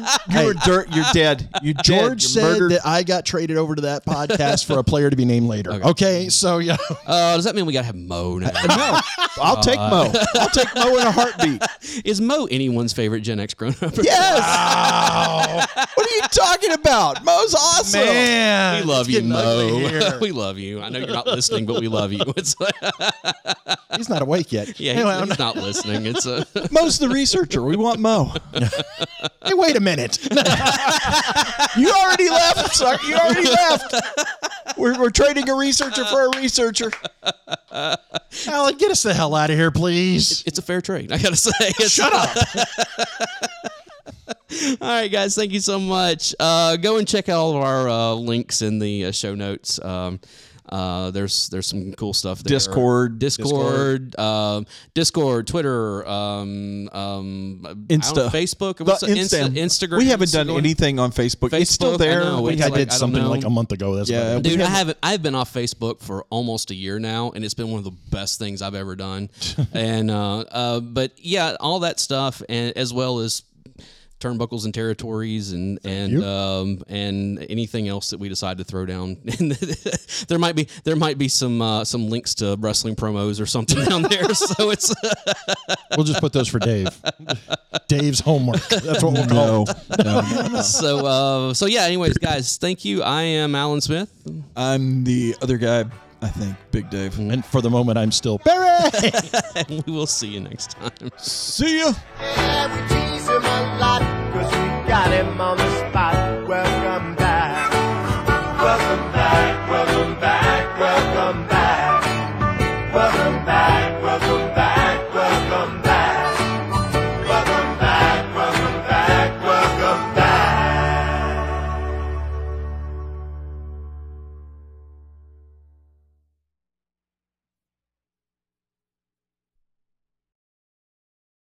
you're dirt. You're dead. You
George
dead.
said
You're murdered.
that I got traded over to that podcast for a player to be named later. Okay, so yeah,
Uh, does that mean we gotta have Mo now?
No, I'll take Mo. I'll take Mo in a heartbeat.
Is Mo anyone's favorite Gen X grown up?
Yes. What are you talking about? Mo's awesome.
man,
We love you, Mo.
here.
we love you. I know you're not listening, but we love you. It's like,
he's not awake yet.
yeah,
Anyway,
he's,
I'm
he's not listening. It's uh, a
Mo's the researcher. We want Mo.
not- hey, wait a minute.
You already left. Sorry, you already left. We're, we're trading a researcher for a researcher.
Alan, get us the hell out of here, please.
it's a fair trade. I gotta say. Shut up. All right, guys, thank you so much. Uh, go and check out all of our uh, links in the uh, show notes. Um, uh, there's there's some cool stuff there.
Discord.
Discord, Discord, um, Discord Twitter, um, um, I don't
Insta.
know, Facebook, what's the, Insta, Instagram.
We haven't done
Instagram?
anything on Facebook.
Facebook,
it's
I
still there.
know,
We
it's
had-
I
like,
did
I don't
something
know.
like a month ago. That's
Yeah,
yeah,
Dude, I haven't. I've been off Facebook for almost a year now, and it's been one of the best things I've ever done. and uh, uh, but yeah, all that stuff, and as well as turnbuckles and territories, and and um, and anything else that we decide to throw down. And there might be there might be some uh, some links to wrestling promos or something down there. so it's
we'll just put those for Dave. Dave's homework. That's what we'll call.
no, no.
so uh, so yeah. Anyways, guys, thank you. I am Alan Smith.
I'm the other guy. I think Big Dave.
it. And for the moment, I'm still Barry.
and We will see you next time.
See ya.
Yeah, we tease him a lot, cause we got him on the spot.